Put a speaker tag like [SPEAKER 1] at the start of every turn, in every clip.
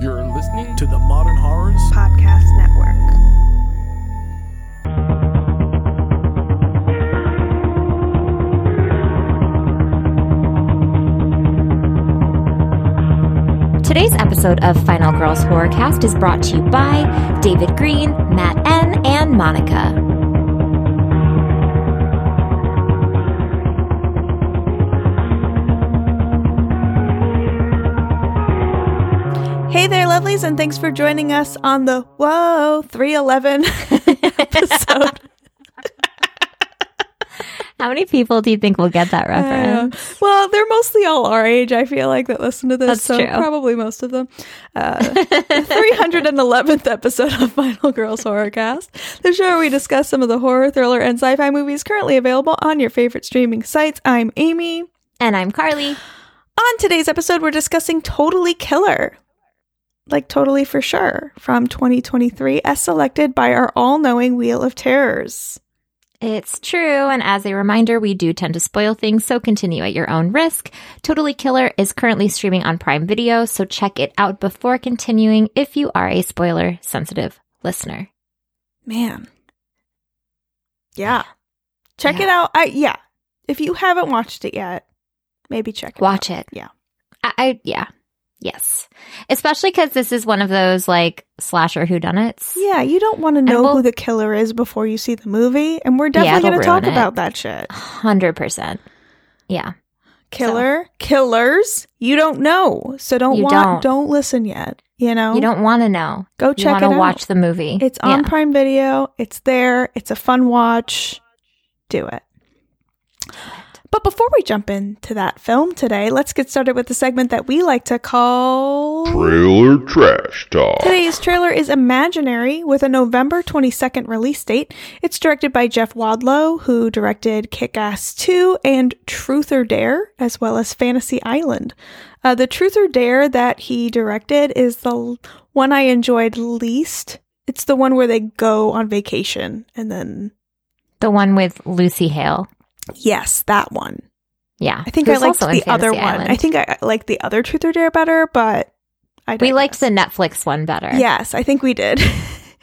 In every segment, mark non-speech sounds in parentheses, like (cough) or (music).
[SPEAKER 1] listening to the Modern Horrors
[SPEAKER 2] Podcast Network.
[SPEAKER 3] Today's episode of Final Girls Horrorcast is brought to you by David Green, Matt N, and Monica.
[SPEAKER 2] Hey there, lovelies, and thanks for joining us on the Whoa 311 (laughs)
[SPEAKER 3] (laughs)
[SPEAKER 2] episode.
[SPEAKER 3] How many people do you think will get that
[SPEAKER 2] Uh,
[SPEAKER 3] reference?
[SPEAKER 2] well, they're mostly all our age, I feel like, that listen to this.
[SPEAKER 3] That's
[SPEAKER 2] so
[SPEAKER 3] true.
[SPEAKER 2] probably most of them.
[SPEAKER 3] (laughs)
[SPEAKER 2] Uh, the 311th episode of Final Girls Horrorcast, the show where we discuss some of the horror, thriller, and sci fi movies currently available on your favorite streaming sites. I'm Amy.
[SPEAKER 3] and I'm Carly.
[SPEAKER 2] On today's episode, we're discussing Totally Killer. Like Totally for Sure from 2023, as selected by our all knowing Wheel of Terrors.
[SPEAKER 3] It's true, and as a reminder, we do tend to spoil things, so continue at your own risk. Totally Killer is currently streaming on Prime Video, so check it out before continuing if you are a spoiler sensitive listener.
[SPEAKER 2] Man. Yeah. Check it out. I yeah. If you haven't watched it yet, maybe check it
[SPEAKER 3] Watch it.
[SPEAKER 2] Yeah.
[SPEAKER 3] I, I yeah. Yes. Especially because this is one of those like slasher whodunits.
[SPEAKER 2] out. Yeah, you don't want to know
[SPEAKER 3] we'll-
[SPEAKER 2] who the killer is before you see the movie, and we're
[SPEAKER 3] Yeah,
[SPEAKER 2] definitely
[SPEAKER 3] it'll
[SPEAKER 2] going to talk
[SPEAKER 3] ruin it.
[SPEAKER 2] about that shit.
[SPEAKER 3] Hundred percent. Yeah.
[SPEAKER 2] Killer, killers, you don't know. So don't
[SPEAKER 3] You
[SPEAKER 2] want
[SPEAKER 3] don't.
[SPEAKER 2] don't listen yet, you know.
[SPEAKER 3] You don't want to know.
[SPEAKER 2] go
[SPEAKER 3] You
[SPEAKER 2] check
[SPEAKER 3] want
[SPEAKER 2] it
[SPEAKER 3] to
[SPEAKER 2] out.
[SPEAKER 3] watch the movie.
[SPEAKER 2] It's on
[SPEAKER 3] Yeah.
[SPEAKER 2] Prime Video. It's there. It's a fun watch. Do it. But before we jump into that film today, let's get started with the segment that we like to call
[SPEAKER 4] Trailer Trash Talk.
[SPEAKER 2] Today's trailer is Imaginary with a November 22nd release date. It's directed by Jeff Wadlow, who directed Kick Ass 2 and Truth or Dare, as well as Fantasy Island. Uh, the Truth or Dare that he directed is the l- one I enjoyed least. It's the one where they go on vacation and then,
[SPEAKER 3] the one with Lucy Hale.
[SPEAKER 2] yes, that one.
[SPEAKER 3] Yeah.
[SPEAKER 2] I think
[SPEAKER 3] who's
[SPEAKER 2] I liked
[SPEAKER 3] also in
[SPEAKER 2] the other
[SPEAKER 3] Fantasy
[SPEAKER 2] one.
[SPEAKER 3] Island.
[SPEAKER 2] I think I I liked the other Truth or Dare better, but I
[SPEAKER 3] we liked the
[SPEAKER 2] digress.
[SPEAKER 3] Netflix one better.
[SPEAKER 2] Yes, I think we did. (laughs)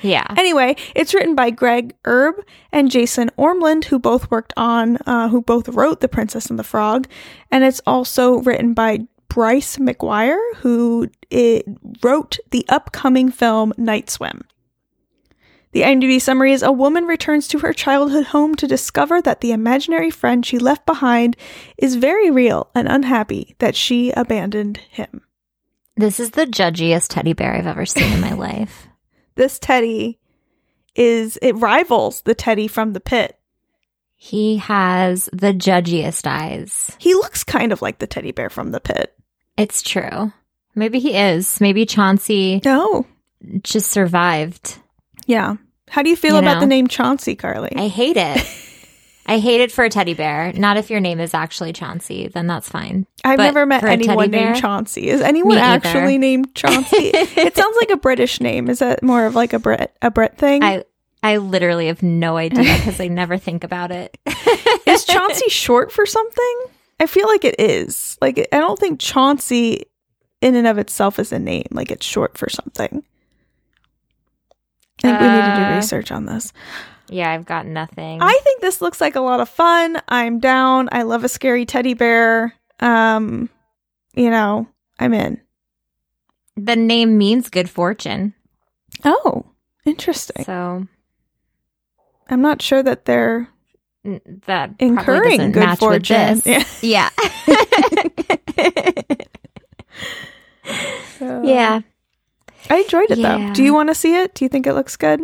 [SPEAKER 3] Yeah.
[SPEAKER 2] Anyway, it's written by Greg Erb and Jason Ormland, who both worked on, uh, who both wrote The Princess and the Frog, and it's also written by Bryce McGuire, who it wrote the upcoming film Night Swim. The IMDb summary is: A woman returns to her childhood home to discover that the imaginary friend she left behind is very real and unhappy that she abandoned him.
[SPEAKER 3] This is the judgiest teddy bear I've ever seen in
[SPEAKER 2] (laughs)
[SPEAKER 3] my life.
[SPEAKER 2] This teddy is it rivals the teddy from the pit.
[SPEAKER 3] He has the judgiest eyes.
[SPEAKER 2] He looks kind of like the teddy bear from the pit.
[SPEAKER 3] It's true. Maybe he is. Maybe Chauncey
[SPEAKER 2] No.
[SPEAKER 3] just survived.
[SPEAKER 2] Oh, Yeah. How do you feel
[SPEAKER 3] You
[SPEAKER 2] about
[SPEAKER 3] know?
[SPEAKER 2] the name Chauncey, Carly?
[SPEAKER 3] I hate
[SPEAKER 2] (laughs)
[SPEAKER 3] it. I hate it for a teddy bear. Not if your name is actually Chauncey, then that's fine.
[SPEAKER 2] have
[SPEAKER 3] but
[SPEAKER 2] never met
[SPEAKER 3] for a teddy
[SPEAKER 2] anyone named
[SPEAKER 3] bear?
[SPEAKER 2] Chauncey. Is anyone
[SPEAKER 3] Me either.
[SPEAKER 2] actually named
[SPEAKER 3] (laughs)
[SPEAKER 2] Chauncey? it sounds like a British name. Is that more of like a Brit a Brit thing?
[SPEAKER 3] I (laughs) I literally have no idea because I never think about it.
[SPEAKER 2] (laughs) is Chauncey short for something? I feel like it is. Like I don't think Chauncey in and of itself is a name. Like it's short for something. I think we need to do
[SPEAKER 3] Uh,
[SPEAKER 2] research on this.
[SPEAKER 3] (laughs) yeah, I've got nothing.
[SPEAKER 2] I think this looks like a lot of fun. I'm down. I love a scary teddy bear. Um, you know, I'm in.
[SPEAKER 3] the name means good fortune.
[SPEAKER 2] Oh, interesting.
[SPEAKER 3] So
[SPEAKER 2] I'm not sure that they're
[SPEAKER 3] n- that probably
[SPEAKER 2] incurring
[SPEAKER 3] doesn't
[SPEAKER 2] good
[SPEAKER 3] match with
[SPEAKER 2] fortune.
[SPEAKER 3] this.
[SPEAKER 2] Yeah.
[SPEAKER 3] (laughs) Yeah.
[SPEAKER 2] (laughs)
[SPEAKER 3] yeah.
[SPEAKER 2] uh, I enjoyed it though.
[SPEAKER 3] Yeah.
[SPEAKER 2] Do you want to see it? Do you think it looks good?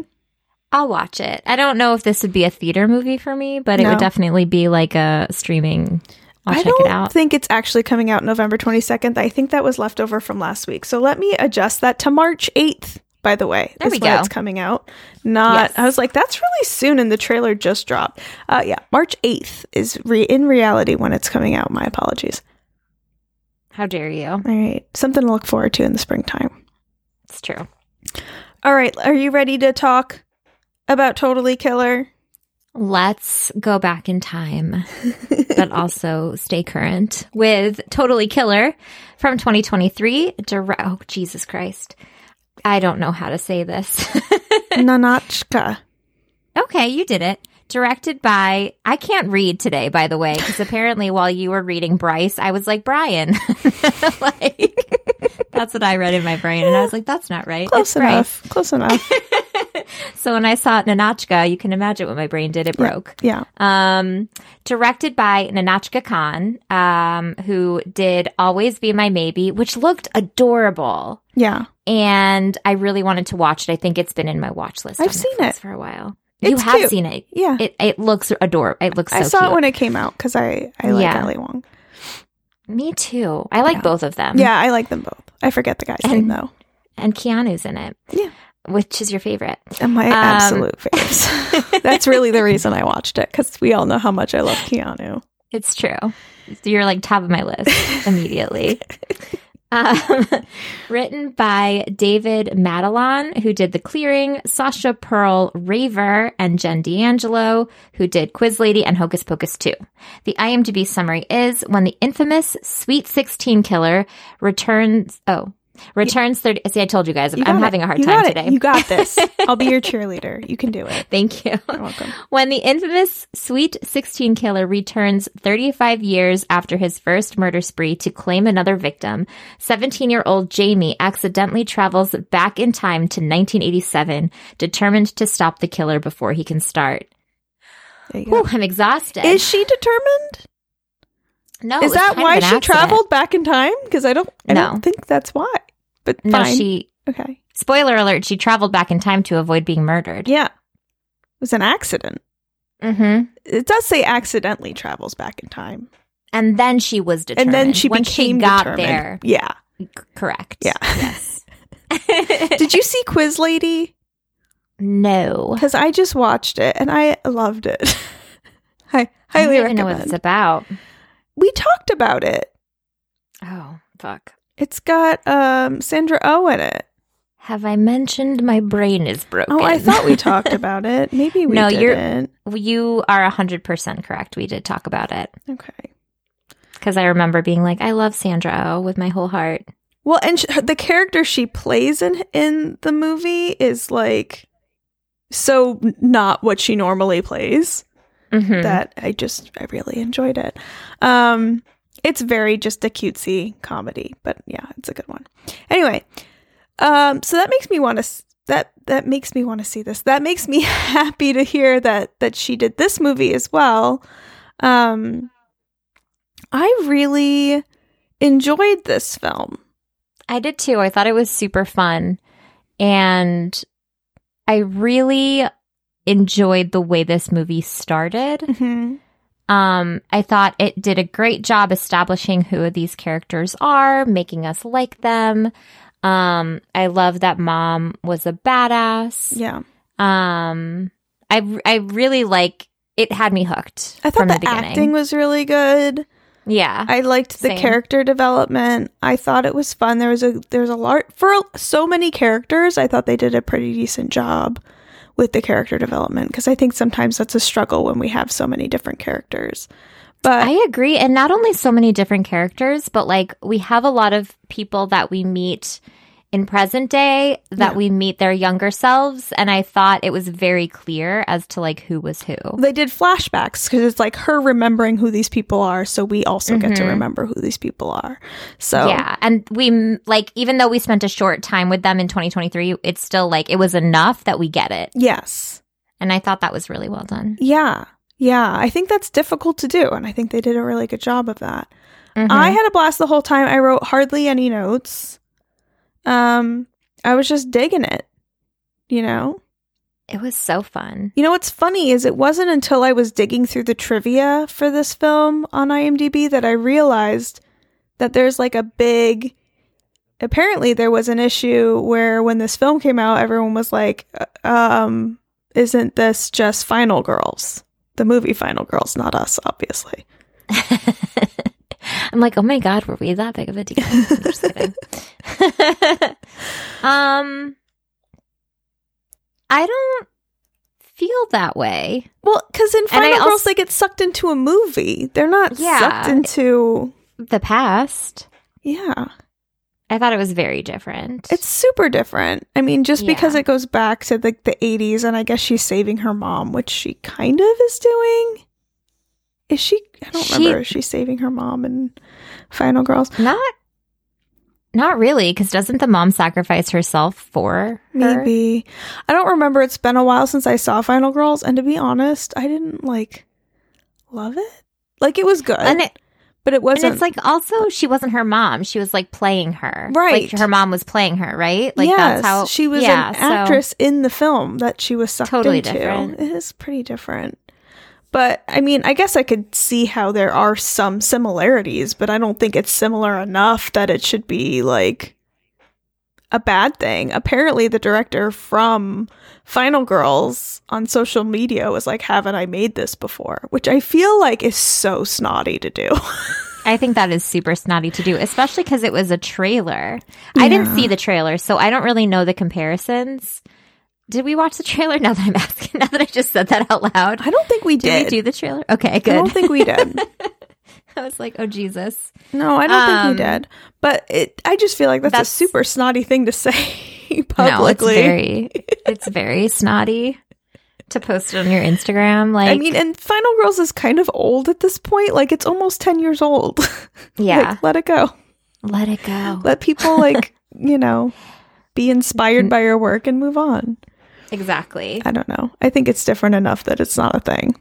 [SPEAKER 3] I'll watch it. I don't know if this would be a theater movie for me, but it
[SPEAKER 2] No.
[SPEAKER 3] would definitely be like a streaming. I'll
[SPEAKER 2] I
[SPEAKER 3] check
[SPEAKER 2] don't
[SPEAKER 3] it out.
[SPEAKER 2] think it's actually coming out November 22nd. I think that was left over from last week. So let me adjust that to March 8th. By the way,
[SPEAKER 3] There
[SPEAKER 2] is
[SPEAKER 3] we
[SPEAKER 2] when
[SPEAKER 3] go.
[SPEAKER 2] It's coming out. Not.
[SPEAKER 3] Yes.
[SPEAKER 2] I was like, that's really soon, and the trailer just dropped. Uh, yeah, March 8th is re- in reality when it's coming out. My apologies.
[SPEAKER 3] How dare you?
[SPEAKER 2] All right, something to look forward to in the springtime.
[SPEAKER 3] It's true.
[SPEAKER 2] All right, are you ready to talk about
[SPEAKER 3] (laughs)
[SPEAKER 2] Totally Killer?
[SPEAKER 3] Let's go back in time,
[SPEAKER 2] (laughs)
[SPEAKER 3] but also stay current with Totally Killer from 2023. Dire- oh, Jesus Christ. I don't know how to say this. (laughs)
[SPEAKER 2] Nanachka.
[SPEAKER 3] okay, you did it. Directed by, I can't read today, by the way, because apparently while you were reading Bryce, I was like, Brian. (laughs) like, that's what I read in my brain. And I was like, that's not right.
[SPEAKER 2] Close
[SPEAKER 3] It's Bryce.
[SPEAKER 2] enough.
[SPEAKER 3] (laughs)
[SPEAKER 2] Close enough.
[SPEAKER 3] So when I saw Nanachka, you can imagine what my brain did. It broke.
[SPEAKER 2] Yeah.
[SPEAKER 3] Um, directed by Nanachka Khan, um, who did Always Be My Maybe, which looked adorable.
[SPEAKER 2] Yeah.
[SPEAKER 3] And I really wanted to watch it. I think it's been in my watch list. on
[SPEAKER 2] I've seen
[SPEAKER 3] Netflix
[SPEAKER 2] it.
[SPEAKER 3] for a while. you
[SPEAKER 2] It's
[SPEAKER 3] have
[SPEAKER 2] cute.
[SPEAKER 3] seen it.
[SPEAKER 2] Yeah.
[SPEAKER 3] It it looks adorable. It looks. So
[SPEAKER 2] I saw
[SPEAKER 3] cute.
[SPEAKER 2] it when it came out because I, I like
[SPEAKER 3] Yeah.
[SPEAKER 2] Ali Wong.
[SPEAKER 3] Me too. I like
[SPEAKER 2] Yeah.
[SPEAKER 3] both of them.
[SPEAKER 2] Yeah, I like them both. I forget the guy's
[SPEAKER 3] And-
[SPEAKER 2] name though.
[SPEAKER 3] And Keanu's in it.
[SPEAKER 2] Yeah.
[SPEAKER 3] Which is your favorite?
[SPEAKER 2] And my
[SPEAKER 3] Um, (laughs)
[SPEAKER 2] absolute faves. That's really the reason I watched it because we all know how much I love Keanu.
[SPEAKER 3] It's true. You're like top of my
[SPEAKER 2] (laughs)
[SPEAKER 3] list immediately. um, (laughs) written by David Madelon, who did The Clearing, Sasha Pearl Raver, and Jen D'Angelo, who did Quiz Lady and Hocus Pocus 2. The IMDb summary is when the infamous Sweet 16 killer returns. Oh. Returns 30. See, I told you guys,
[SPEAKER 2] You
[SPEAKER 3] I'm
[SPEAKER 2] got it.
[SPEAKER 3] having a hard
[SPEAKER 2] You
[SPEAKER 3] time
[SPEAKER 2] got it.
[SPEAKER 3] today.
[SPEAKER 2] You got this. I'll be
[SPEAKER 3] (laughs)
[SPEAKER 2] your cheerleader. You can do it.
[SPEAKER 3] Thank you.
[SPEAKER 2] You're welcome.
[SPEAKER 3] (laughs) When the infamous Sweet 16 killer returns 35 years after his first murder spree to claim another victim, 17 year old Jamie accidentally travels back in time to 1987, determined to stop the killer before he can start.
[SPEAKER 2] There you go.
[SPEAKER 3] Whew, I'm exhausted.
[SPEAKER 2] Is she determined?
[SPEAKER 3] no, Oh, it
[SPEAKER 2] Is
[SPEAKER 3] was
[SPEAKER 2] that
[SPEAKER 3] kind of
[SPEAKER 2] why
[SPEAKER 3] an
[SPEAKER 2] she
[SPEAKER 3] accident.
[SPEAKER 2] traveled back in time? Because I don't. I
[SPEAKER 3] No.
[SPEAKER 2] don't think that's why. But
[SPEAKER 3] No,
[SPEAKER 2] fine.
[SPEAKER 3] she,
[SPEAKER 2] okay.
[SPEAKER 3] spoiler alert, she traveled back in time to avoid being murdered.
[SPEAKER 2] Yeah. It was an accident.
[SPEAKER 3] hmm
[SPEAKER 2] It does say accidentally travels back in time,
[SPEAKER 3] And then she was determined.
[SPEAKER 2] and then she
[SPEAKER 3] when
[SPEAKER 2] became
[SPEAKER 3] she got
[SPEAKER 2] determined.
[SPEAKER 3] there.
[SPEAKER 2] Yeah.
[SPEAKER 3] C- correct.
[SPEAKER 2] Yeah.
[SPEAKER 3] Yes. (laughs)
[SPEAKER 2] (laughs) Did you see Quiz Lady?
[SPEAKER 3] no.
[SPEAKER 2] Because I just watched it and I loved it. (laughs) I
[SPEAKER 3] I
[SPEAKER 2] highly
[SPEAKER 3] don't even know what
[SPEAKER 2] recommend.
[SPEAKER 3] it's about.
[SPEAKER 2] we talked about it.
[SPEAKER 3] Oh, fuck.
[SPEAKER 2] It's got um, Sandra O oh in it.
[SPEAKER 3] Have I mentioned my brain is broken?
[SPEAKER 2] Oh,
[SPEAKER 3] (laughs)
[SPEAKER 2] I thought we talked about it. Maybe we
[SPEAKER 3] No, you're-
[SPEAKER 2] didn't.
[SPEAKER 3] you are 100% correct. We did talk about it
[SPEAKER 2] okay.
[SPEAKER 3] because I remember being like, I love Sandra Oh with my whole heart.
[SPEAKER 2] Well, and sh- the character she plays in in the movie is like so not what she normally plays.
[SPEAKER 3] Mhm.
[SPEAKER 2] That I just I really enjoyed it. Um, it's very just a cutesy comedy, but yeah, it's a good one. Anyway, um, so that makes me want to that that makes me want to see this. That makes me (laughs) happy to hear that that she did this movie as well. Um, I really enjoyed this film.
[SPEAKER 3] I did too. I thought it was super fun. And I really enjoyed the way this movie started.
[SPEAKER 2] Mm-hmm.
[SPEAKER 3] Um, I thought it did a great job establishing who these characters are, making us like them. Um, I love that mom was a badass.
[SPEAKER 2] Yeah,
[SPEAKER 3] Um, I I really like it had me hooked.
[SPEAKER 2] I thought
[SPEAKER 3] from
[SPEAKER 2] the,
[SPEAKER 3] the, beginning.
[SPEAKER 2] acting was really good.
[SPEAKER 3] yeah,
[SPEAKER 2] I liked the
[SPEAKER 3] Same.
[SPEAKER 2] character development. I thought it was fun. There was a there's a lot for so many characters. I thought they did a pretty decent job with the character development because I think sometimes that's a struggle when we have so many different characters. But
[SPEAKER 3] I agree. And not only so many different characters, but like we have a lot of people that we meet in present day that
[SPEAKER 2] Yeah.
[SPEAKER 3] we meet their younger selves. And I thought it was very clear as to like who was who.
[SPEAKER 2] they did flashbacks because it's like her remembering who these people are, so we also get to
[SPEAKER 3] Mhm.
[SPEAKER 2] remember who these people are. So
[SPEAKER 3] Yeah, and we m- like even though we spent a short time with them in 2023, it's still like it was enough that we get it.
[SPEAKER 2] yes,
[SPEAKER 3] And I thought that was really well done.
[SPEAKER 2] Yeah. Yeah. I think that's difficult to do. And I think they did a really good job of that.
[SPEAKER 3] Mhm.
[SPEAKER 2] I had a blast the whole time. I wrote hardly any notes. Um, I was just digging it. You know?
[SPEAKER 3] it was so fun. (laughs)
[SPEAKER 2] You know what's funny is it wasn't until I was digging through the trivia for this film on IMDb that I realized that there's like a big apparently there was an issue where when this film came out everyone was like uh, um isn't this just Final Girls? The movie Final Girls, not us obviously.
[SPEAKER 3] I'm like, oh my god, were we that big of a deal? (laughs) I'm just kidding. um, I don't feel that way.
[SPEAKER 2] Well, cuz in
[SPEAKER 3] And I
[SPEAKER 2] Final Girls
[SPEAKER 3] also-
[SPEAKER 2] they get sucked into a movie. They're not
[SPEAKER 3] Yeah.
[SPEAKER 2] sucked into
[SPEAKER 3] The past.
[SPEAKER 2] yeah.
[SPEAKER 3] I thought it was very different.
[SPEAKER 2] It's super different. I mean, just because
[SPEAKER 3] Yeah.
[SPEAKER 2] it goes back to like the 80s and I guess she's saving her mom, which she kind of is doing. Is she I don't
[SPEAKER 3] She-
[SPEAKER 2] remember. Is she saving her mom in Final Girls?
[SPEAKER 3] not not really because doesn't the mom sacrifice herself for her?
[SPEAKER 2] Maybe. I don't remember. It's been a while since I saw Final Girls and to be honest, I didn't like love it. Like it was good,
[SPEAKER 3] And, it,
[SPEAKER 2] but it
[SPEAKER 3] and
[SPEAKER 2] wasn't
[SPEAKER 3] it's like also she wasn't her mom. She was like playing her.
[SPEAKER 2] Right.
[SPEAKER 3] Like her mom was playing her, right? Like
[SPEAKER 2] yes,
[SPEAKER 3] that's how
[SPEAKER 2] she was
[SPEAKER 3] yeah,
[SPEAKER 2] an
[SPEAKER 3] so-
[SPEAKER 2] actress in the film that she was sucked
[SPEAKER 3] Totally
[SPEAKER 2] into.
[SPEAKER 3] different.
[SPEAKER 2] It is pretty different. But I mean, I guess I could see how there are some similarities, but I don't think it's similar enough that it should be like a bad thing. Apparently, the director from Final Girls on social media was like, "Haven't I made this before?" Which I feel like is so snotty to do.
[SPEAKER 3] I think that is super snotty to do, especially because it was a trailer. I didn't
[SPEAKER 2] Yeah.
[SPEAKER 3] see the trailer, so I don't really know the comparisons. Did we watch the trailer? (laughs) Now that I'm asking, now that I just said that out loud,
[SPEAKER 2] I don't think we
[SPEAKER 3] did
[SPEAKER 2] (laughs) did.
[SPEAKER 3] we do the trailer? Okay, good.
[SPEAKER 2] I don't think we did.
[SPEAKER 3] (laughs) I was like, oh Jesus.
[SPEAKER 2] No, I don't think he
[SPEAKER 3] Um,
[SPEAKER 2] did. But it, I just feel like that's,
[SPEAKER 3] that's-
[SPEAKER 2] a super snotty thing to (laughs) say
[SPEAKER 3] No, it's
[SPEAKER 2] publicly. (laughs)
[SPEAKER 3] very, it's very snotty to post it on your Instagram. Like,
[SPEAKER 2] I mean, and Final Girls is kind of old at this point. Like it's almost ten years old. (laughs)
[SPEAKER 3] yeah,
[SPEAKER 2] like, let it go.
[SPEAKER 3] let it go.
[SPEAKER 2] Let
[SPEAKER 3] (laughs)
[SPEAKER 2] people like you know be
[SPEAKER 3] Mm-hmm.
[SPEAKER 2] inspired by your work and move on.
[SPEAKER 3] exactly.
[SPEAKER 2] I don't know. I think it's different enough that it's not a thing.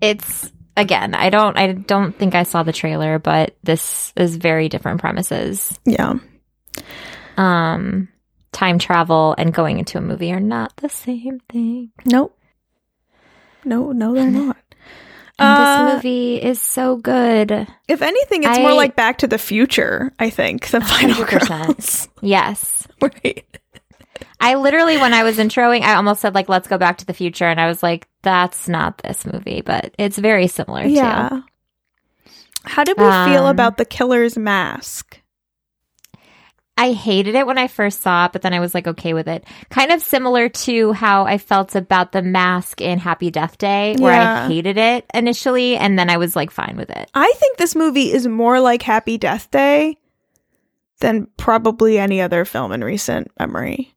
[SPEAKER 3] It's again, I don't, I don't think I saw the trailer, but this is very different premises.
[SPEAKER 2] Yeah.
[SPEAKER 3] um time travel and going into a movie are not the same thing.
[SPEAKER 2] Nope. No, no, they're not.
[SPEAKER 3] (laughs) And
[SPEAKER 2] Uh,
[SPEAKER 3] this movie is so good.
[SPEAKER 2] If anything, it's more
[SPEAKER 3] I-
[SPEAKER 2] like Back to the Future. I think than Final
[SPEAKER 3] 100%.
[SPEAKER 2] Girls. (laughs)
[SPEAKER 3] Yes.
[SPEAKER 2] right.
[SPEAKER 3] I literally when I was introing, I almost said like let's go back to the future and I was like that's not this movie, but it's very similar too.
[SPEAKER 2] How did we
[SPEAKER 3] Um,
[SPEAKER 2] feel about the killer's mask?
[SPEAKER 3] I hated it when I first saw it, but then I was like okay with it. Kind of similar to how I felt about the mask in Happy Death Day where
[SPEAKER 2] Yeah.
[SPEAKER 3] I hated it initially and then I was like fine with it.
[SPEAKER 2] I think this movie is more like Happy Death Day than probably any other film in recent memory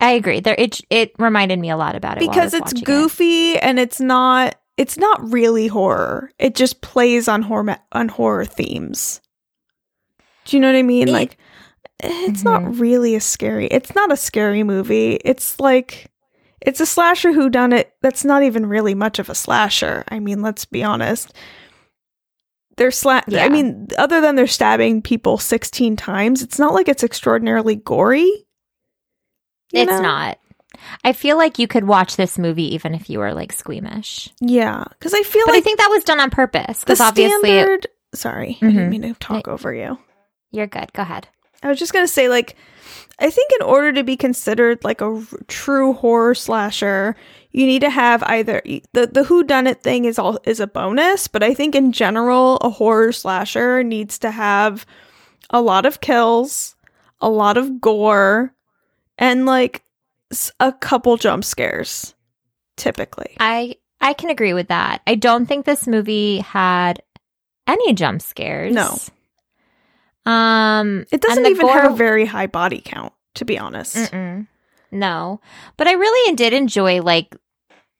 [SPEAKER 3] I agree. There it it reminded me a lot about it while I
[SPEAKER 2] because
[SPEAKER 3] was
[SPEAKER 2] it's
[SPEAKER 3] watching it.
[SPEAKER 2] goofy and it's not it's not really horror. It just plays on horror on horror themes. Do you know what I mean?
[SPEAKER 3] It- Mm-hmm.
[SPEAKER 2] like it's not really a scary. It's not a scary movie. It's like it's a slasher who done it that's not even really much of a slasher. I mean, let's be honest. They're sla-
[SPEAKER 3] Yeah.
[SPEAKER 2] I mean, other than they're stabbing people 16 times, it's not like it's extraordinarily gory. you
[SPEAKER 3] It's
[SPEAKER 2] know?
[SPEAKER 3] not. I feel like you could watch this movie even if you were like squeamish.
[SPEAKER 2] Yeah, cuz I feel
[SPEAKER 3] But I
[SPEAKER 2] like
[SPEAKER 3] think that was done on purpose
[SPEAKER 2] the
[SPEAKER 3] because obviously it-
[SPEAKER 2] standard Sorry, I didn't
[SPEAKER 3] Mhm.
[SPEAKER 2] mean to talk over you.
[SPEAKER 3] you're good. Go ahead.
[SPEAKER 2] I was just gonna say, like, I think in order to be considered like a r- true horror slasher, you need to have either the the who done it thing is all is a bonus, but I think in general, a horror slasher needs to have a lot of kills, a lot of gore, and like s- a couple jump scares, typically.
[SPEAKER 3] I I can agree with that. I don't think this movie had any jump scares.
[SPEAKER 2] No.
[SPEAKER 3] Um,
[SPEAKER 2] It
[SPEAKER 3] and
[SPEAKER 2] doesn't
[SPEAKER 3] the
[SPEAKER 2] even have a
[SPEAKER 3] gore-
[SPEAKER 2] very high body count, to be honest.
[SPEAKER 3] Mm-mm. No, but I really did enjoy like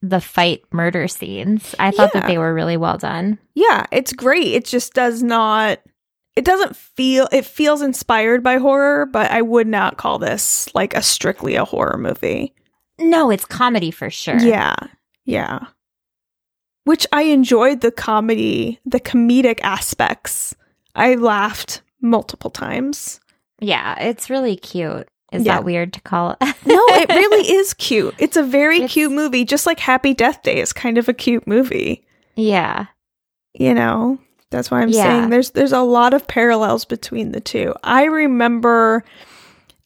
[SPEAKER 3] the fight murder scenes. I thought
[SPEAKER 2] Yeah.
[SPEAKER 3] that they were really well done.
[SPEAKER 2] Yeah, it's great. It just does not it doesn't feel it feels inspired by horror, but I would not call this like a strictly a horror movie.
[SPEAKER 3] No, it's comedy for sure.
[SPEAKER 2] Yeah. Yeah. Which I enjoyed the comedy, the comedic aspects. I laughed multiple times.
[SPEAKER 3] yeah, it's really cute. Is
[SPEAKER 2] Yeah.
[SPEAKER 3] that weird to call it?
[SPEAKER 2] No, it
[SPEAKER 3] (laughs)
[SPEAKER 2] really is cute. It's a very
[SPEAKER 3] It's-
[SPEAKER 2] cute movie, just like Happy Death Day is kind of a cute movie.
[SPEAKER 3] Yeah.
[SPEAKER 2] you know that's why i'm
[SPEAKER 3] Yeah.
[SPEAKER 2] saying there's there's a lot of parallels between the two i remember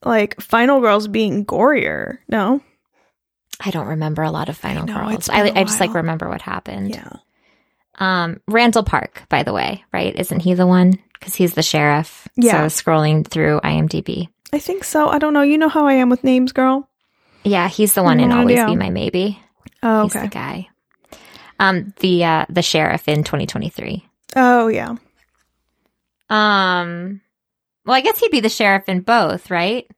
[SPEAKER 2] like final girls being gorier no
[SPEAKER 3] I don't remember a lot of Final
[SPEAKER 2] know,
[SPEAKER 3] Girls.
[SPEAKER 2] it's been
[SPEAKER 3] I,
[SPEAKER 2] a
[SPEAKER 3] I just like
[SPEAKER 2] while.
[SPEAKER 3] remember what happened. Um, Randall Park, by the way, right? Isn't he the one? Because he's the sheriff. So
[SPEAKER 2] Yeah.
[SPEAKER 3] I was scrolling through IMDb.
[SPEAKER 2] i think so i don't know you know how i am with names girl
[SPEAKER 3] Yeah, he's the one in
[SPEAKER 2] No
[SPEAKER 3] Always
[SPEAKER 2] idea.
[SPEAKER 3] Be My Maybe.
[SPEAKER 2] oh
[SPEAKER 3] He's the guy. Um, the uh, the sheriff in 2023.
[SPEAKER 2] oh yeah
[SPEAKER 3] Um, Well, I guess he'd be the sheriff in both, right?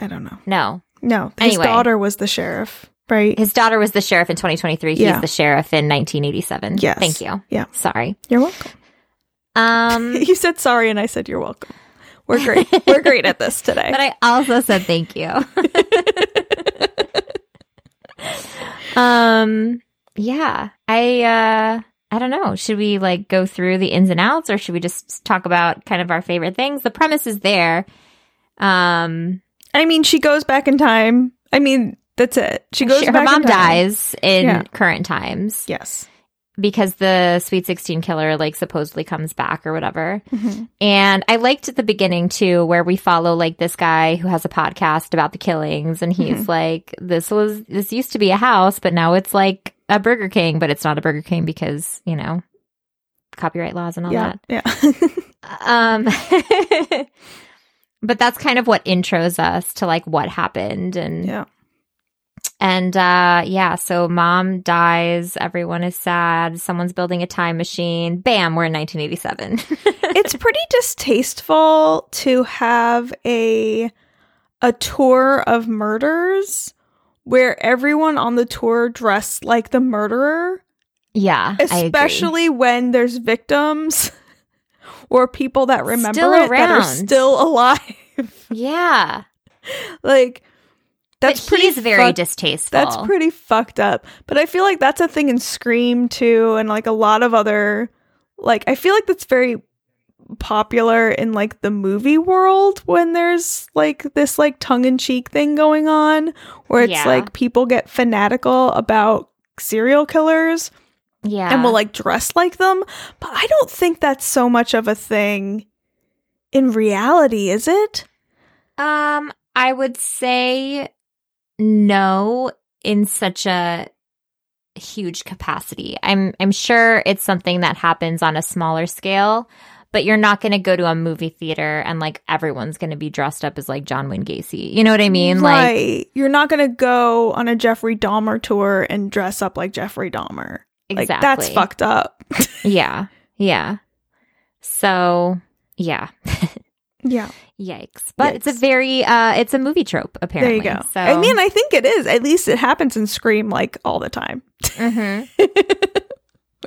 [SPEAKER 2] I don't know.
[SPEAKER 3] No.
[SPEAKER 2] No, his
[SPEAKER 3] Anyway.
[SPEAKER 2] daughter was the sheriff, right?
[SPEAKER 3] His daughter was the sheriff in 2023. He's
[SPEAKER 2] Yeah.
[SPEAKER 3] the sheriff in 1987.
[SPEAKER 2] Yes.
[SPEAKER 3] Thank you.
[SPEAKER 2] Yeah.
[SPEAKER 3] Sorry.
[SPEAKER 2] You're welcome.
[SPEAKER 3] Um,
[SPEAKER 2] (laughs) you said sorry, and I said you're welcome. We're
[SPEAKER 3] (laughs)
[SPEAKER 2] great. We're great at this today.
[SPEAKER 3] but I also said thank
[SPEAKER 2] (laughs)
[SPEAKER 3] you. um, yeah. I uh I don't know. Should we like go through the ins and outs or should we just talk about kind of our favorite things? The premise is there. Um
[SPEAKER 2] I mean, she goes back in time. I mean, that's it. She goes.
[SPEAKER 3] she- her
[SPEAKER 2] back
[SPEAKER 3] mom
[SPEAKER 2] in time.
[SPEAKER 3] dies in
[SPEAKER 2] Yeah.
[SPEAKER 3] current times
[SPEAKER 2] Yes.
[SPEAKER 3] because the sweet 16 killer like supposedly comes back or whatever.
[SPEAKER 2] Mhm.
[SPEAKER 3] And I liked at the beginning too, where we follow like this guy who has a podcast about the killings, and he's
[SPEAKER 2] Mm-hmm.
[SPEAKER 3] like, "This was this used to be a house, but now it's like a Burger King, but it's not a Burger King because you know copyright laws and all Mm.
[SPEAKER 2] Yeah. (laughs) Yeah.
[SPEAKER 3] that." Um, (laughs) but that's kind of what intros us to like what happened, and
[SPEAKER 2] yeah.
[SPEAKER 3] and uh, yeah, so mom dies, everyone is sad, someone's building a time machine, bam, we're in (laughs) 1987.
[SPEAKER 2] it's pretty distasteful to have a a tour of murders where everyone on the tour dressed like the murderer,
[SPEAKER 3] yeah, I agree.
[SPEAKER 2] especially when there's victims (laughs) or people that remember
[SPEAKER 3] Still
[SPEAKER 2] it that are
[SPEAKER 3] around.
[SPEAKER 2] still alive. (laughs)
[SPEAKER 3] Yeah.
[SPEAKER 2] like that's
[SPEAKER 3] but
[SPEAKER 2] pretty
[SPEAKER 3] he's very
[SPEAKER 2] fuck-
[SPEAKER 3] distasteful.
[SPEAKER 2] that's pretty fucked up. But I feel like that's a thing in Scream too, and like a lot of other like I feel like that's very popular in like the movie world when there's like this like tongue in cheek thing going on where it's
[SPEAKER 3] Yeah.
[SPEAKER 2] like people get fanatical about serial killers
[SPEAKER 3] yeah.
[SPEAKER 2] and will like dress like them. But I don't think that's so much of a thing in reality, is it?
[SPEAKER 3] um I would say no in such a huge capacity. I'm I'm sure it's something that happens on a smaller scale, but you're not going to go to a movie theater and like everyone's going to be dressed up as like John Wayne Gacy. You know what I mean? Like
[SPEAKER 2] right. You're not going to go on a Jeffrey Dahmer tour and dress up like Jeffrey Dahmer.
[SPEAKER 3] exactly.
[SPEAKER 2] Like that's fucked up.
[SPEAKER 3] Yeah. Yeah. So, yeah.
[SPEAKER 2] Yeah.
[SPEAKER 3] Yikes. But it's a
[SPEAKER 2] Yikes.
[SPEAKER 3] very uh it's a movie trope apparently.
[SPEAKER 2] There you go.
[SPEAKER 3] So
[SPEAKER 2] I mean, I think it is. At least it happens in Scream like all the time. (laughs)
[SPEAKER 3] mhm.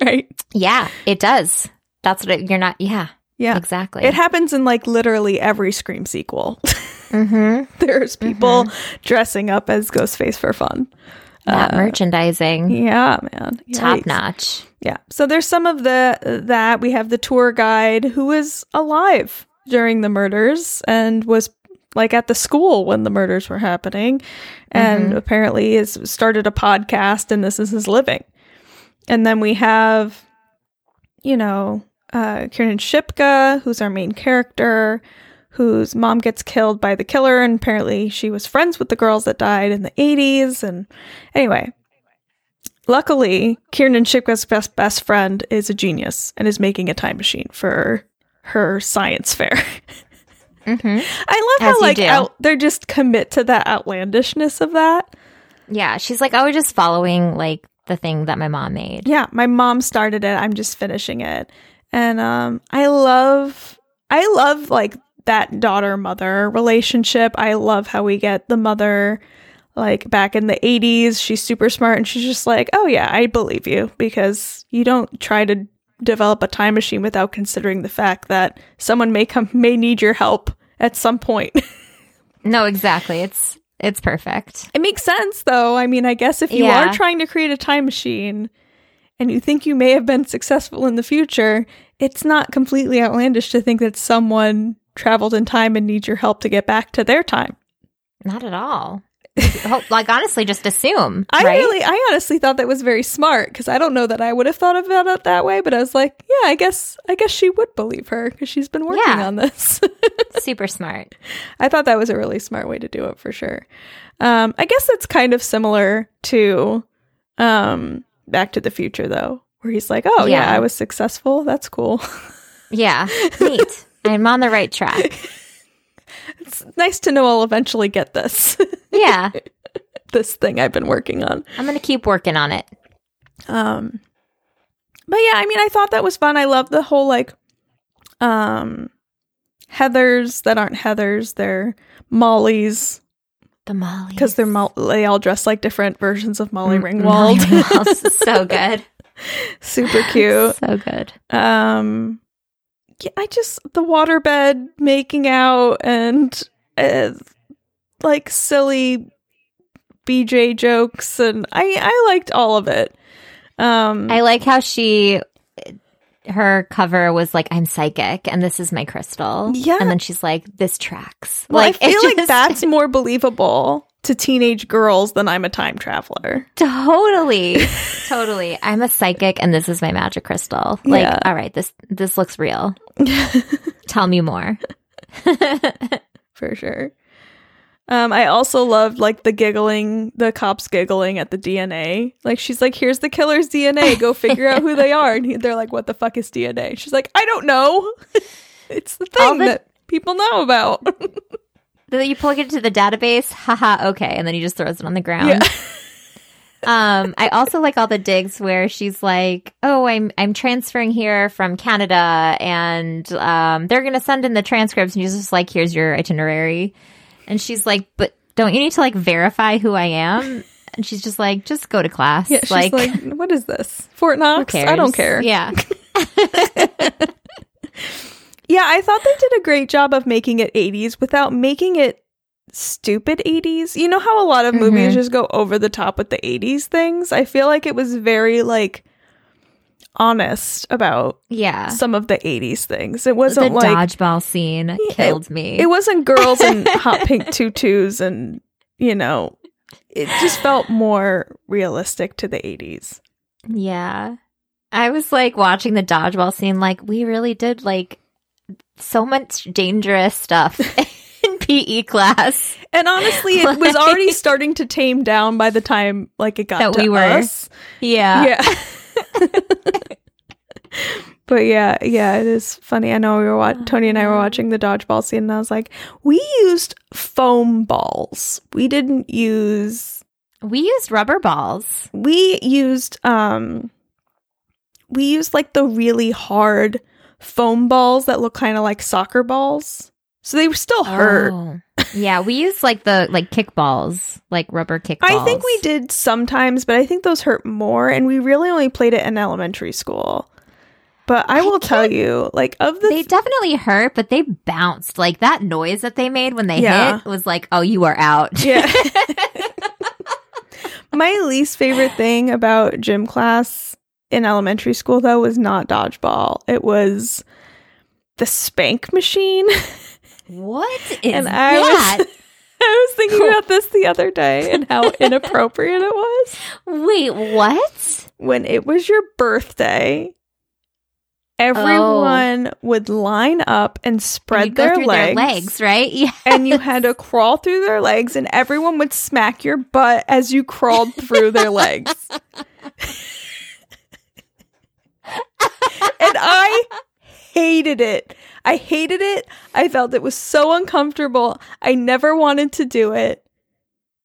[SPEAKER 2] Right?
[SPEAKER 3] Yeah, it does. That's what it, you're not. Yeah,
[SPEAKER 2] Yeah.
[SPEAKER 3] exactly.
[SPEAKER 2] It happens in like literally every Scream sequel. (laughs)
[SPEAKER 3] hmm
[SPEAKER 2] There's people
[SPEAKER 3] Mm-hmm.
[SPEAKER 2] dressing up as Ghostface for fun.
[SPEAKER 3] That
[SPEAKER 2] Uh,
[SPEAKER 3] merchandising,
[SPEAKER 2] Yeah, man.
[SPEAKER 3] top
[SPEAKER 2] Yikes.
[SPEAKER 3] notch.
[SPEAKER 2] Yeah. So there's some of the that we have the tour guide who was alive during the murders and was like at the school when the murders were happening and apparently has started a podcast and this is his living. And then we have you know, uh Kieran Shipka, who's our main character, whose mom gets killed by the killer and apparently she was friends with the girls that died in the 80s and anyway, Luckily, Kieran Shipka's best best friend is a genius and is making a time machine for her science fair. (laughs)
[SPEAKER 3] hmm
[SPEAKER 2] I
[SPEAKER 3] As
[SPEAKER 2] love how
[SPEAKER 3] you
[SPEAKER 2] like
[SPEAKER 3] do.
[SPEAKER 2] out, they just commit to that outlandishness of that.
[SPEAKER 3] Yeah, she's like, I was just following like the thing that my mom made.
[SPEAKER 2] Yeah, my mom started it. I'm just finishing it, and um, I love I love like that daughter mother relationship. I love how we get the mother like back in the 80s. She's super smart and she's just like, oh yeah, I believe you because you don't try to develop a time machine without considering the fact that someone may come may need your help at some point. (laughs)
[SPEAKER 3] No, exactly. It's it's perfect.
[SPEAKER 2] It makes sense, though. I mean, I guess if you
[SPEAKER 3] Yeah.
[SPEAKER 2] are trying to create a time machine and you think you may have been successful in the future, it's not completely outlandish to think that someone traveled in time and needs your help to get back to their time.
[SPEAKER 3] Not at
[SPEAKER 2] (laughs)
[SPEAKER 3] all. Ho- like honestly, just assume.
[SPEAKER 2] I
[SPEAKER 3] right?
[SPEAKER 2] really, I honestly thought that was very smart because I don't know that I would have thought about it that way, but I was like, yeah, I guess, I guess she would believe her because she's been working
[SPEAKER 3] Yeah.
[SPEAKER 2] on this.
[SPEAKER 3] (laughs)
[SPEAKER 2] (laughs)
[SPEAKER 3] super smart.
[SPEAKER 2] I thought that was a really smart way to do it for sure. Um, I guess that's kind of similar to um, Back to the Future, though, where he's like, "Oh yeah,
[SPEAKER 3] Yeah.
[SPEAKER 2] I was successful. That's cool. (laughs)
[SPEAKER 3] Yeah, neat. I'm on the right track.
[SPEAKER 2] it's nice to know I'll eventually get this (laughs)
[SPEAKER 3] Yeah,
[SPEAKER 2] this thing I've been working on."
[SPEAKER 3] I'm gonna keep working on it.
[SPEAKER 2] Um, but yeah, I mean, I thought that was fun. I love the whole like um, Heathers that aren't Heathers. They're Mollies
[SPEAKER 3] The Molly. Mm,
[SPEAKER 2] because they're Mo- they all dress like different versions of Molly
[SPEAKER 3] Mm-hmm. (laughs)
[SPEAKER 2] Ringwald. (laughs)
[SPEAKER 3] so good.
[SPEAKER 2] Super cute.
[SPEAKER 3] So good.
[SPEAKER 2] Um, yeah, I just the waterbed making out and uh, like silly BJ jokes, and I I liked all of it. Um,
[SPEAKER 3] I like how she her cover was like I'm psychic and this is my crystal.
[SPEAKER 2] Yeah.
[SPEAKER 3] And then she's like this tracks.
[SPEAKER 2] well,
[SPEAKER 3] (laughs)
[SPEAKER 2] I
[SPEAKER 3] it
[SPEAKER 2] feel like
[SPEAKER 3] just-
[SPEAKER 2] that's more believable to teenage girls than I'm a time traveler. (laughs)
[SPEAKER 3] totally totally I'm a psychic and this is my magic crystal. Like
[SPEAKER 2] Yeah.
[SPEAKER 3] all right, this this looks real. Tell me more.
[SPEAKER 2] for sure. Um, I also loved like the giggling, the cops giggling at the DNA. Like she's like, "Here's the killer's DNA. Go figure out
[SPEAKER 3] (laughs)
[SPEAKER 2] who they are." And he- they're like, "What the fuck is DNA?" She's like, "I don't know. (laughs) it's the
[SPEAKER 3] All
[SPEAKER 2] thing
[SPEAKER 3] the-
[SPEAKER 2] that people know about." (laughs)
[SPEAKER 3] Then you plug it to the database, (laughs) haha, okay, and then he just throws it on the ground.
[SPEAKER 2] Yeah. (laughs)
[SPEAKER 3] um, I also like all the digs where she's like, "Oh, I'm I'm transferring here from Canada, and um, they're gonna send in the transcripts." And she's just like, "Here's your itinerary," and she's like, "But don't you need to like verify who I am?" And she's just like, "Just go to class."
[SPEAKER 2] yeah, she's like, "What is this? Fort Knox?
[SPEAKER 3] cares?
[SPEAKER 2] I don't care."
[SPEAKER 3] Yeah,
[SPEAKER 2] Yeah, I thought they did a great job of making it 80s without making it stupid 80s. You know how a lot of
[SPEAKER 3] Mm-hmm.
[SPEAKER 2] movies just go over the top with the 80s things? I feel like it was very like honest about
[SPEAKER 3] yeah.
[SPEAKER 2] (laughs) some of the 80s things. It
[SPEAKER 3] The
[SPEAKER 2] wasn't like
[SPEAKER 3] dodgeball scene killed me.
[SPEAKER 2] it wasn't girls
[SPEAKER 3] (laughs)
[SPEAKER 2] in hot pink tutus and, you know, it just felt more realistic to the 80s.
[SPEAKER 3] Yeah. I was like watching the dodgeball scene, like, we really did like so much dangerous
[SPEAKER 2] (laughs)
[SPEAKER 3] stuff in PE class.
[SPEAKER 2] And honestly, it
[SPEAKER 3] (laughs)
[SPEAKER 2] was already starting to tame down by the time like it got
[SPEAKER 3] That
[SPEAKER 2] to
[SPEAKER 3] we were-
[SPEAKER 2] us.
[SPEAKER 3] Yeah.
[SPEAKER 2] yeah. (laughs) but yeah, yeah, it is funny. I know we were watching Tony and I were
[SPEAKER 3] Uh-huh.
[SPEAKER 2] watching the dodgeball scene, and I was like, we used foam balls. We didn't use.
[SPEAKER 3] We used rubber balls.
[SPEAKER 2] We used um. We used like the really hard foam balls that look kind of like soccer balls, so they were still hurt.
[SPEAKER 3] Oh. yeah. We used like the like kickballs, like rubber kickballs.
[SPEAKER 2] I think we did sometimes, but I think those hurt more, and we really only played it in elementary school. But I,
[SPEAKER 3] I
[SPEAKER 2] will tell
[SPEAKER 3] can't-
[SPEAKER 2] you, like of the
[SPEAKER 3] They definitely hurt, but they bounced. Like that noise that they made when they
[SPEAKER 2] Yeah.
[SPEAKER 3] hit was like, oh, you are out.
[SPEAKER 2] Yeah. (laughs) My least favorite thing about gym class in elementary school, though, was not dodgeball. It was the spank machine.
[SPEAKER 3] what is
[SPEAKER 2] And I
[SPEAKER 3] that?
[SPEAKER 2] was- (laughs) I was thinking about this the other day and
[SPEAKER 3] (laughs)
[SPEAKER 2] how inappropriate it was.
[SPEAKER 3] Wait, what?
[SPEAKER 2] When it was your birthday,
[SPEAKER 3] Oh.
[SPEAKER 2] everyone would line up and spread
[SPEAKER 3] You go
[SPEAKER 2] their
[SPEAKER 3] through
[SPEAKER 2] legs,
[SPEAKER 3] their legs, right? Yeah.
[SPEAKER 2] and you had to crawl through their legs, and everyone would smack your butt as you crawled through their legs. and I hated it. I hated it. I felt it was so uncomfortable. I never wanted to do it.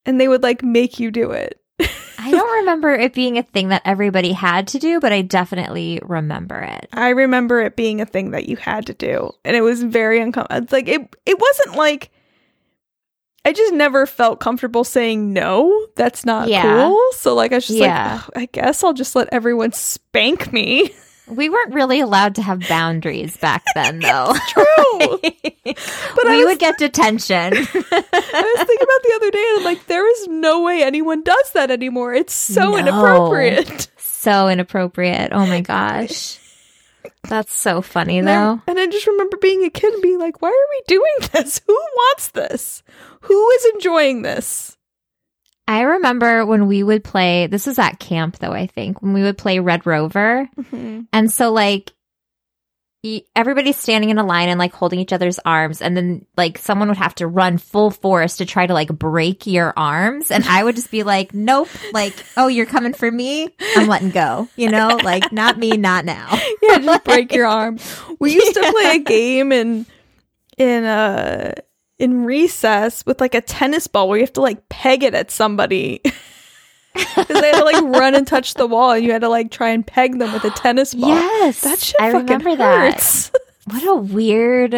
[SPEAKER 2] And they would like make you do it.
[SPEAKER 3] I don't remember it being a thing that everybody had to do, but I definitely remember it.
[SPEAKER 2] I remember it being a thing that you had to do, and it was very uncomfortable. Like it, it wasn't like I just never felt comfortable saying no. That's not
[SPEAKER 3] Yeah.
[SPEAKER 2] cool. So like I was just
[SPEAKER 3] Yeah.
[SPEAKER 2] like, "Ugh, I guess I'll just let everyone spank me. (laughs)
[SPEAKER 3] We weren't really allowed to have boundaries back then, though.
[SPEAKER 2] True, (laughs) but
[SPEAKER 3] (laughs) we
[SPEAKER 2] I was,
[SPEAKER 3] would get detention.
[SPEAKER 2] (laughs) I was thinking about the other day, and I'm like, there is no way anyone does that anymore. It's so
[SPEAKER 3] No.
[SPEAKER 2] inappropriate.
[SPEAKER 3] (laughs) so inappropriate. Oh my gosh. That's so funny,
[SPEAKER 2] And I,
[SPEAKER 3] though.
[SPEAKER 2] and I just remember being a kid and being like, why are we doing this? Who wants this? Who is enjoying this?
[SPEAKER 3] I remember when we would play, this was at camp, though, I think, when we would play Red Rover. And so, like, y- everybody's standing in a line and, like, holding each other's arms. And then, like, someone would have to run full force to try to, like, break your arms. And I would just be like, nope. Like, oh, you're coming for me? I'm letting go. You know, like, not me, not
[SPEAKER 2] (laughs)
[SPEAKER 3] now.
[SPEAKER 2] yeah, just break your arm. We used to play a game in in uh in recess with like a tennis ball where you have to like peg it at somebody. (laughs) Because they had to like run and touch the wall, and you had to like try and peg them with a tennis ball.
[SPEAKER 3] Yes.
[SPEAKER 2] that shit
[SPEAKER 3] I
[SPEAKER 2] fucking
[SPEAKER 3] remember
[SPEAKER 2] hurts. (laughs)
[SPEAKER 3] that. What a weird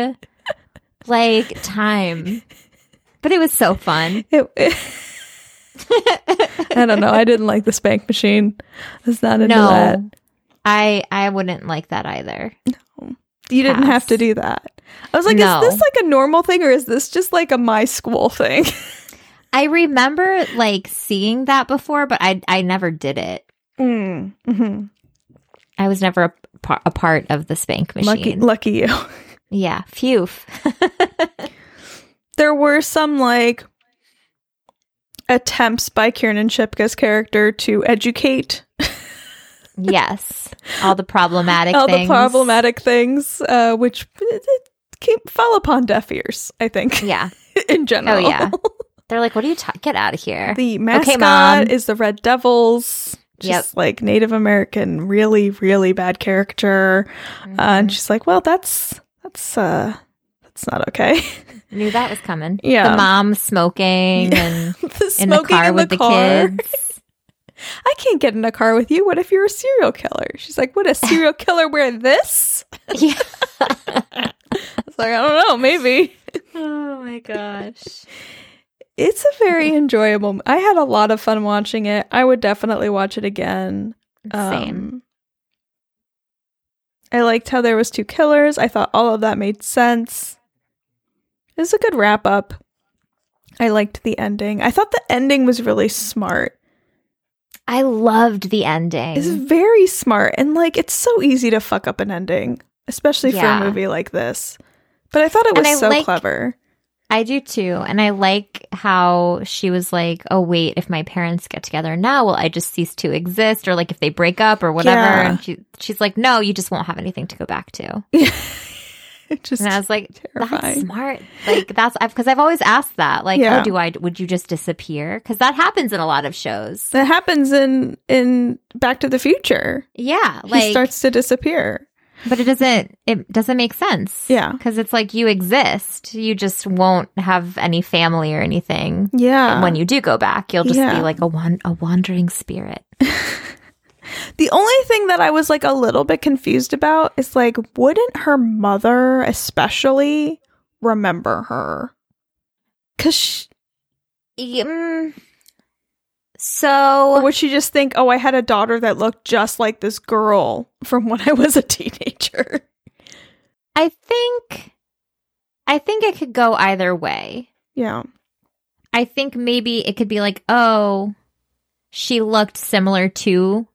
[SPEAKER 3] like time. But it was so fun.
[SPEAKER 2] It, I don't know. I didn't like the spank machine. I was not into
[SPEAKER 3] No.
[SPEAKER 2] that.
[SPEAKER 3] I I wouldn't like that either.
[SPEAKER 2] You didn't have
[SPEAKER 3] Pass.
[SPEAKER 2] to do that. I was like,
[SPEAKER 3] No.
[SPEAKER 2] is this like a normal thing or is this just like a my school thing? (laughs)
[SPEAKER 3] I remember like seeing that before, but I I never did it.
[SPEAKER 2] Mm,
[SPEAKER 3] mm-hmm.
[SPEAKER 2] hmm
[SPEAKER 3] I was never a, par- a part of the spank machine.
[SPEAKER 2] Lucky, lucky you. (laughs)
[SPEAKER 3] Yeah, phew. (laughs)
[SPEAKER 2] There were some like attempts by Kiernan Shipka's character to educate
[SPEAKER 3] yes, all the problematic
[SPEAKER 2] all
[SPEAKER 3] things.
[SPEAKER 2] the problematic things, uh, which it, it came, fell upon deaf ears. I think
[SPEAKER 3] Yeah,
[SPEAKER 2] (laughs)
[SPEAKER 3] Oh,
[SPEAKER 2] in general.
[SPEAKER 3] yeah. they're like, "What are you ta- get out of here?"
[SPEAKER 2] the
[SPEAKER 3] Mom.
[SPEAKER 2] mascot is the Red Devils. Just like Native American, really, really bad character. Uh,
[SPEAKER 3] Mm-hmm.
[SPEAKER 2] and she's like, "Well, that's that's uh, that's not okay." (laughs)
[SPEAKER 3] Knew that was coming.
[SPEAKER 2] Yeah.
[SPEAKER 3] the mom smoking and
[SPEAKER 2] (laughs) the
[SPEAKER 3] in the car with the, kids. (laughs)
[SPEAKER 2] I can't get in a car with you. What if you're a serial killer? She's like, "Would
[SPEAKER 3] (laughs)
[SPEAKER 2] a serial killer wear this?"
[SPEAKER 3] yeah.
[SPEAKER 2] I was like, "I don't know. Maybe."
[SPEAKER 3] (laughs) Oh my gosh.
[SPEAKER 2] It's a very enjoyable. I had a lot of fun watching it. I would definitely watch it again.
[SPEAKER 3] Same.
[SPEAKER 2] Um, I liked how there was two killers. I thought all of that made sense. It was a good wrap up. I liked the ending. I thought the ending was really smart.
[SPEAKER 3] I loved the ending.
[SPEAKER 2] It's very smart and like it's so easy to fuck up an ending, especially
[SPEAKER 3] Yeah.
[SPEAKER 2] for a movie like this. But I thought it
[SPEAKER 3] And
[SPEAKER 2] was
[SPEAKER 3] I
[SPEAKER 2] so
[SPEAKER 3] like-
[SPEAKER 2] clever. (laughs)
[SPEAKER 3] I do too. And I like how she was like, oh, wait, if my parents get together now, will I just cease to exist? Or like if they break up or whatever.
[SPEAKER 2] Yeah.
[SPEAKER 3] And she, she's like, no, you just won't have anything to go back to.
[SPEAKER 2] It just
[SPEAKER 3] And I was like, that's
[SPEAKER 2] terrifying.
[SPEAKER 3] smart. Like that's because I've always asked that. Like,
[SPEAKER 2] Yeah.
[SPEAKER 3] oh, do I, would you just disappear? Because that happens in a lot of shows.
[SPEAKER 2] that happens in in Back to the Future.
[SPEAKER 3] Yeah. Like,
[SPEAKER 2] he starts to disappear.
[SPEAKER 3] but it doesn't, it doesn't make sense.
[SPEAKER 2] Yeah.
[SPEAKER 3] Because it's like you exist, you just won't have any family or anything.
[SPEAKER 2] Yeah.
[SPEAKER 3] when you do go back, you'll just
[SPEAKER 2] Um, Yeah.
[SPEAKER 3] be like a wan- a wandering spirit.
[SPEAKER 2] the only thing that I was like a little bit confused about is like, wouldn't her mother especially remember her? Cause she,
[SPEAKER 3] Mm.
[SPEAKER 2] or
[SPEAKER 3] So
[SPEAKER 2] would she just think, oh, I had a daughter that looked just like this girl from when I was a teenager? (laughs)
[SPEAKER 3] I think I think it could go either way.
[SPEAKER 2] Yeah.
[SPEAKER 3] I think maybe it could be like, oh, she looked similar to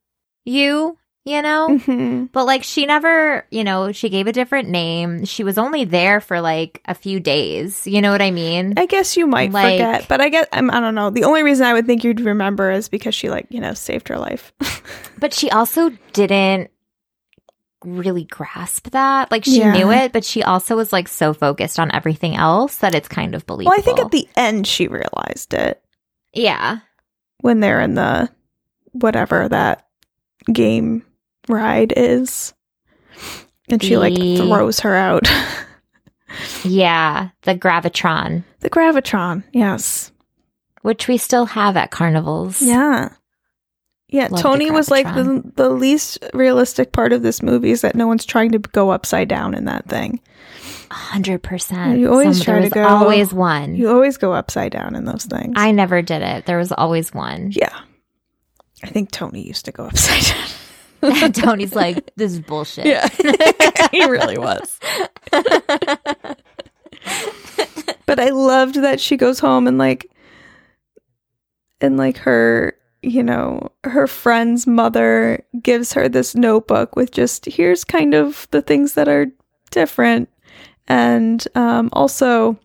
[SPEAKER 3] you, you know?
[SPEAKER 2] hmm
[SPEAKER 3] But like she never, you know, she gave a different name. She was only there for like a few days. You know what I mean?
[SPEAKER 2] I guess you might
[SPEAKER 3] Like-
[SPEAKER 2] forget, but I guess I'm, I don't know. The only reason I would think you'd remember is because she like you know saved her life. (laughs)
[SPEAKER 3] But she also didn't really grasp that. Like she
[SPEAKER 2] Yeah.
[SPEAKER 3] knew it, but she also was like so focused on everything else that it's kind of believable.
[SPEAKER 2] well, I think at the end she realized it.
[SPEAKER 3] yeah,
[SPEAKER 2] when they're in the whatever that game ride is. And she like
[SPEAKER 3] The-
[SPEAKER 2] throws her out. (laughs)
[SPEAKER 3] yeah, the gravitron,
[SPEAKER 2] the Gravitron, yes.
[SPEAKER 3] which we still have at carnivals.
[SPEAKER 2] Yeah. Yeah,
[SPEAKER 3] Love the
[SPEAKER 2] Tony was like the
[SPEAKER 3] Gravitron.
[SPEAKER 2] the least realistic part of this movie is that no one's trying to go upside down in that thing.
[SPEAKER 3] hundred percent.
[SPEAKER 2] You always try to go-
[SPEAKER 3] Always one.
[SPEAKER 2] You always go upside down in those things.
[SPEAKER 3] I never did it. There was always one. (laughs)
[SPEAKER 2] yeah. I think Tony used to go (laughs) upside down.
[SPEAKER 3] Tony's like, this is bullshit.
[SPEAKER 2] Yeah. (laughs) he
[SPEAKER 3] (laughs)
[SPEAKER 2] really was. but I loved that she goes home and like and like her, you know, her friend's mother gives her this notebook with just here's kind of the things that are different and um also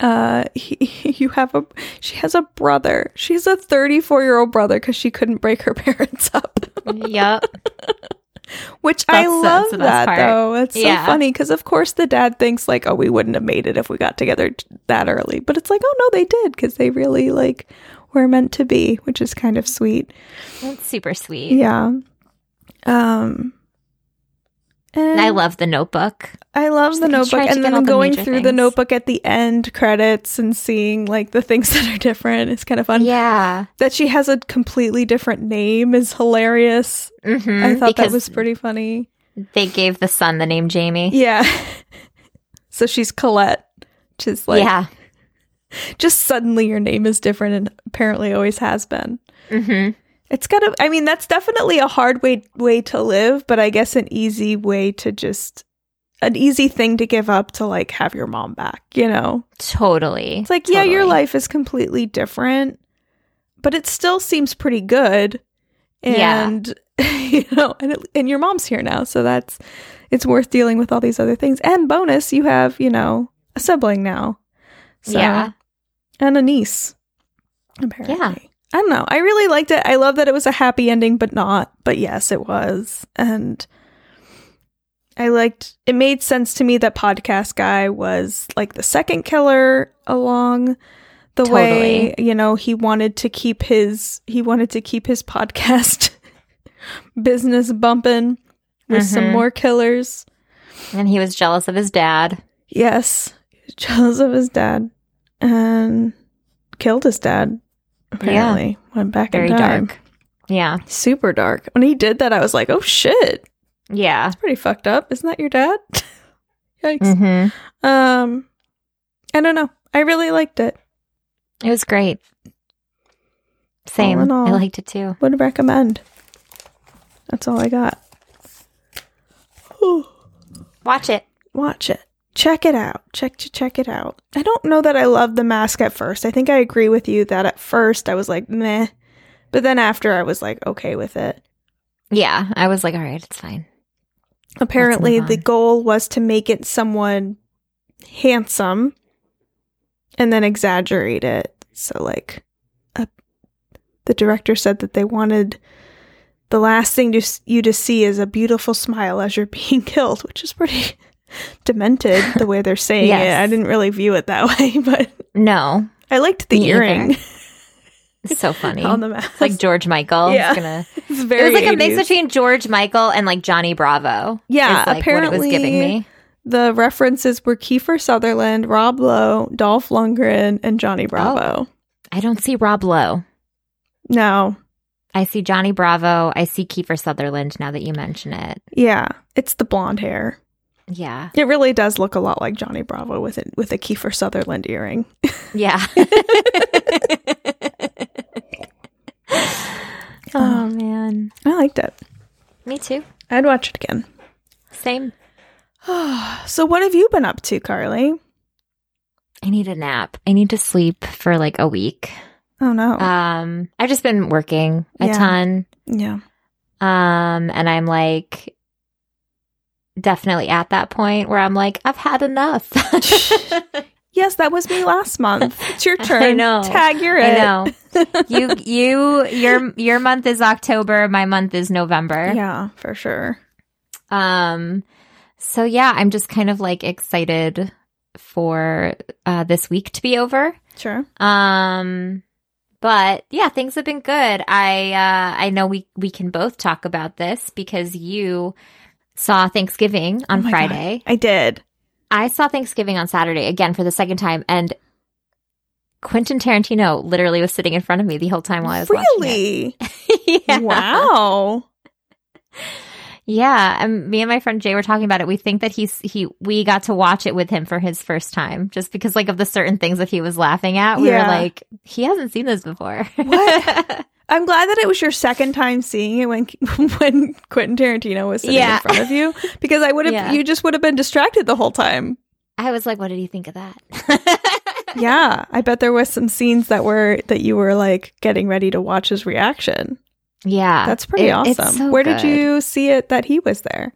[SPEAKER 2] uh he, (laughs) you have a she has a brother she has a 34 year old brother because she couldn't break her (laughs) parents up
[SPEAKER 3] yep.
[SPEAKER 2] which I
[SPEAKER 3] That's-
[SPEAKER 2] love
[SPEAKER 3] that's the best
[SPEAKER 2] that
[SPEAKER 3] part.
[SPEAKER 2] though. It's
[SPEAKER 3] Yeah.
[SPEAKER 2] so funny because of course the dad thinks like, oh, we wouldn't have made it if we got together t- that early, but it's like, oh no, they did because they really like were meant to be, which is kind of sweet.
[SPEAKER 3] That's super sweet.
[SPEAKER 2] Yeah. Um.
[SPEAKER 3] And
[SPEAKER 2] And
[SPEAKER 3] I love the notebook.
[SPEAKER 2] I love
[SPEAKER 3] Just
[SPEAKER 2] the
[SPEAKER 3] like, just
[SPEAKER 2] notebook,
[SPEAKER 3] trying to
[SPEAKER 2] and
[SPEAKER 3] get
[SPEAKER 2] then
[SPEAKER 3] all the
[SPEAKER 2] going
[SPEAKER 3] major
[SPEAKER 2] through the
[SPEAKER 3] things.
[SPEAKER 2] notebook at the end credits and seeing like the things (laughs) that are different is kind of fun.
[SPEAKER 3] Yeah.
[SPEAKER 2] That she has a completely different name is hilarious.
[SPEAKER 3] hmm
[SPEAKER 2] I thought that was pretty funny.
[SPEAKER 3] They gave the son the name Jamie.
[SPEAKER 2] Yeah. (laughs) so she's Colette, which is like
[SPEAKER 3] yeah.
[SPEAKER 2] just suddenly your name is different and apparently always has been.
[SPEAKER 3] hmm
[SPEAKER 2] It's got to I mean that's definitely a hard way way to live, but I guess an easy way to just an easy thing to give up to like have your mom back, you know.
[SPEAKER 3] Totally.
[SPEAKER 2] It's like yeah, your
[SPEAKER 3] Totally.
[SPEAKER 2] life is completely different, but it still seems pretty good.
[SPEAKER 3] Yeah.
[SPEAKER 2] And (laughs) you know, and it, and your mom's here now, so that's it's worth dealing with all these other things. And bonus, you have, you know, a sibling now. So
[SPEAKER 3] Yeah.
[SPEAKER 2] and a niece. Apparently. I don't know. I really liked it. I love that it was a happy ending, but not. But yes, it was. And I liked it made sense to me that podcast guy was like the second killer along the way. You know, he wanted to keep his he wanted to keep his (laughs) podcast business bumping with some
[SPEAKER 3] Mhm.
[SPEAKER 2] more killers.
[SPEAKER 3] And he was jealous of his dad.
[SPEAKER 2] Yes. He was jealous of his dad and killed his dad. Apparently, went back
[SPEAKER 3] Very
[SPEAKER 2] in time.
[SPEAKER 3] dark. Yeah.
[SPEAKER 2] Super dark. When he did that, I was like, "Oh shit,
[SPEAKER 3] Yeah.
[SPEAKER 2] that's pretty fucked up." Isn't that your dad? (laughs) Yikes.
[SPEAKER 3] hmm
[SPEAKER 2] Um, I don't know. I really liked it.
[SPEAKER 3] It was great. Same.
[SPEAKER 2] All in all.
[SPEAKER 3] I liked it too.
[SPEAKER 2] Would recommend. That's all I got. Whew.
[SPEAKER 3] Watch it.
[SPEAKER 2] Watch it. Check it out. Check to check it out. I don't know that I loved the mask at first. I think I agree with you that at first I was like meh, but then after I was like okay with it.
[SPEAKER 3] Yeah. I was like, all right, it's fine.
[SPEAKER 2] Apparently,
[SPEAKER 3] move
[SPEAKER 2] the
[SPEAKER 3] on.
[SPEAKER 2] goal was to make it someone handsome and then exaggerate it. So, like, uh, the director said that they wanted the last thing to, s- you to see is a beautiful smile as you're (laughs) being killed, which is pretty (laughs) demented the
[SPEAKER 3] (laughs)
[SPEAKER 2] way they're saying
[SPEAKER 3] Yes.
[SPEAKER 2] it. I didn't really view it that (laughs) way, but
[SPEAKER 3] No.
[SPEAKER 2] I liked the
[SPEAKER 3] Me either.
[SPEAKER 2] earring
[SPEAKER 3] It's
[SPEAKER 2] (laughs)
[SPEAKER 3] so funny.
[SPEAKER 2] on the mask.
[SPEAKER 3] It's like George Michael.
[SPEAKER 2] Yeah.
[SPEAKER 3] It's gonna
[SPEAKER 2] (laughs) it's
[SPEAKER 3] It
[SPEAKER 2] very
[SPEAKER 3] was like a mix
[SPEAKER 2] 80s.
[SPEAKER 3] between George Michael and like Johnny Bravo.
[SPEAKER 2] Yeah,
[SPEAKER 3] is, like,
[SPEAKER 2] apparently
[SPEAKER 3] what it was giving me.
[SPEAKER 2] The references were Kiefer Sutherland, Rob Lowe, Dolph Lundgren, and
[SPEAKER 3] Oh.
[SPEAKER 2] Johnny Bravo.
[SPEAKER 3] I don't see Rob Lowe.
[SPEAKER 2] No,
[SPEAKER 3] I see Johnny Bravo. I see Kiefer Sutherland. Now that you mention it,
[SPEAKER 2] yeah, it's the blonde hair.
[SPEAKER 3] yeah,
[SPEAKER 2] It really does look a lot like Johnny Bravo with it with a Kiefer Sutherland earring.
[SPEAKER 3] yeah. (laughs) oh
[SPEAKER 2] Um,
[SPEAKER 3] man,
[SPEAKER 2] I liked it.
[SPEAKER 3] me too.
[SPEAKER 2] I'd watch it again. (sighs)
[SPEAKER 3] Same.
[SPEAKER 2] So, what have you been up to, Carly?
[SPEAKER 3] I need a nap. I need to sleep for like a week.
[SPEAKER 2] Oh no,
[SPEAKER 3] Um, I've just been working a
[SPEAKER 2] Yeah.
[SPEAKER 3] ton.
[SPEAKER 2] yeah,
[SPEAKER 3] Um, and I'm like definitely at that point where I'm like, I've had (laughs) enough.
[SPEAKER 2] yes, that was
[SPEAKER 3] (laughs)
[SPEAKER 2] me last month. It's your
[SPEAKER 3] I
[SPEAKER 2] turn.
[SPEAKER 3] know.
[SPEAKER 2] Tag your
[SPEAKER 3] I
[SPEAKER 2] it.
[SPEAKER 3] know.
[SPEAKER 2] (laughs)
[SPEAKER 3] you you your your month is October, my month is November.
[SPEAKER 2] Yeah, for sure.
[SPEAKER 3] Um so yeah, I'm just kind of like excited for uh this week to be over.
[SPEAKER 2] Sure.
[SPEAKER 3] Um but yeah, things have been good. I uh I know we we can both talk about this because you saw Thanksgiving
[SPEAKER 2] Oh
[SPEAKER 3] on
[SPEAKER 2] my God.
[SPEAKER 3] Friday.
[SPEAKER 2] I did.
[SPEAKER 3] I saw Thanksgiving on Saturday again for the second time, and Quentin Tarantino literally was sitting in front of me the whole time while I was watching
[SPEAKER 2] really?
[SPEAKER 3] it. (laughs) yeah.
[SPEAKER 2] Wow.
[SPEAKER 3] Yeah, and me and my friend Jay were talking about it. We think that he's he we got to watch it with him for his first time, just because like of the certain things that he was laughing at. We
[SPEAKER 2] Yeah.
[SPEAKER 3] were like, he hasn't seen this before.
[SPEAKER 2] What? I'm glad that it was your second time seeing it when (laughs) when Quentin Tarantino was sitting
[SPEAKER 3] Yeah.
[SPEAKER 2] in front of you because I would have
[SPEAKER 3] Yeah.
[SPEAKER 2] you just would have been distracted the whole time.
[SPEAKER 3] (laughs) I was like, what did he think of that?
[SPEAKER 2] Yeah, I bet there was some scenes that were that you were like getting ready to watch his reaction.
[SPEAKER 3] (laughs) yeah,
[SPEAKER 2] That's pretty
[SPEAKER 3] Uh, It- it's
[SPEAKER 2] awesome.
[SPEAKER 3] so
[SPEAKER 2] Where did
[SPEAKER 3] good.
[SPEAKER 2] you see it that he was there?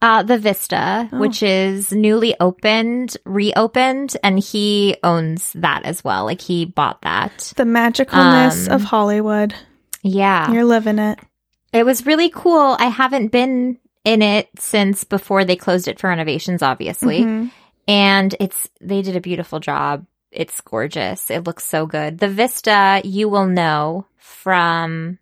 [SPEAKER 3] Uh, the Vista,
[SPEAKER 2] Oh.
[SPEAKER 3] which is newly opened, reopened, and he owns that as well. Like he bought that.
[SPEAKER 2] The magicalness
[SPEAKER 3] Um,
[SPEAKER 2] of Hollywood.
[SPEAKER 3] Yeah.
[SPEAKER 2] You're living it.
[SPEAKER 3] It was really cool. I haven't been in it since before they closed it for renovations, obviously.
[SPEAKER 2] Mhm.
[SPEAKER 3] And it's, they did a beautiful job. It's gorgeous. It looks so good. The Vista, you will know from,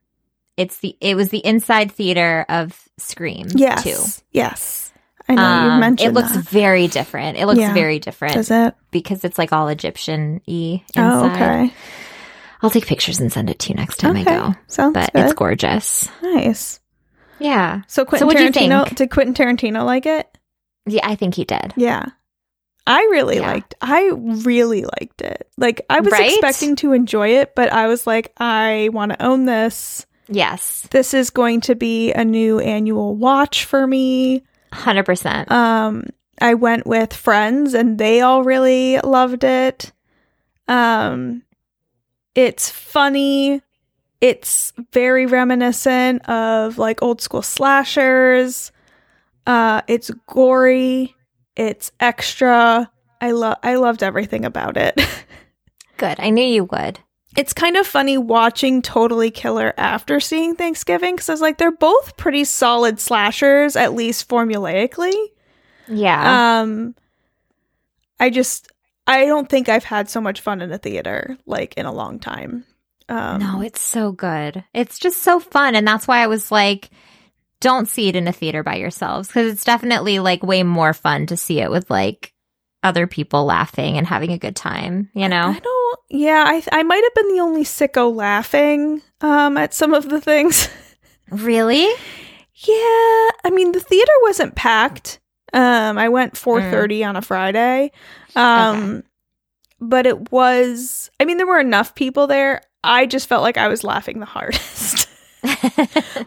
[SPEAKER 3] it's the, it was the inside theater of Scream
[SPEAKER 2] Yes.
[SPEAKER 3] too.
[SPEAKER 2] Yes. I know you
[SPEAKER 3] Um,
[SPEAKER 2] mentioned
[SPEAKER 3] it looks
[SPEAKER 2] that.
[SPEAKER 3] very different. It looks
[SPEAKER 2] Yeah.
[SPEAKER 3] very different.
[SPEAKER 2] Does it?
[SPEAKER 3] because it's like all Egyptian y inside.
[SPEAKER 2] Oh, okay.
[SPEAKER 3] I'll take pictures and send it to you next time
[SPEAKER 2] okay.
[SPEAKER 3] I go.
[SPEAKER 2] Sounds
[SPEAKER 3] But
[SPEAKER 2] good.
[SPEAKER 3] it's gorgeous.
[SPEAKER 2] Nice.
[SPEAKER 3] Yeah.
[SPEAKER 2] So Quentin
[SPEAKER 3] what'd you
[SPEAKER 2] Tarantino
[SPEAKER 3] think?
[SPEAKER 2] did Quentin Tarantino like it?
[SPEAKER 3] Yeah, I think he did.
[SPEAKER 2] Yeah. I really
[SPEAKER 3] Yeah.
[SPEAKER 2] liked I really liked it. Like I was
[SPEAKER 3] Right?
[SPEAKER 2] expecting to enjoy it, but I was like I want to own this.
[SPEAKER 3] Yes.
[SPEAKER 2] This is going to be a new annual watch for me.
[SPEAKER 3] 100%.
[SPEAKER 2] Um I went with friends and they all really loved it. Um it's funny. It's very reminiscent of like old school slashers. Uh it's gory. It's extra. I love I loved everything about it. (laughs)
[SPEAKER 3] Good. I knew you would.
[SPEAKER 2] it's kind of funny watching Totally Killer after seeing Thanksgiving cuz I was like they're both pretty solid slashers at least formulaically.
[SPEAKER 3] Yeah.
[SPEAKER 2] Um, I just I don't think I've had so much fun in a theater like in a long time. Um,
[SPEAKER 3] no, it's so good. It's just so fun. And that's why I was like, don't see it in a theater by yourselves because it's definitely like way more fun to see it with like other people laughing and having a good time, you know?
[SPEAKER 2] I don't. Yeah, I I might have been the only sicko laughing um at some of the things.
[SPEAKER 3] (laughs)
[SPEAKER 2] (laughs)
[SPEAKER 3] Really?
[SPEAKER 2] yeah, I mean the theater wasn't packed. Um, I went four thirty on a Friday. Um, but it was. I mean, there were enough people there. I just felt like I was laughing the (laughs) hardest.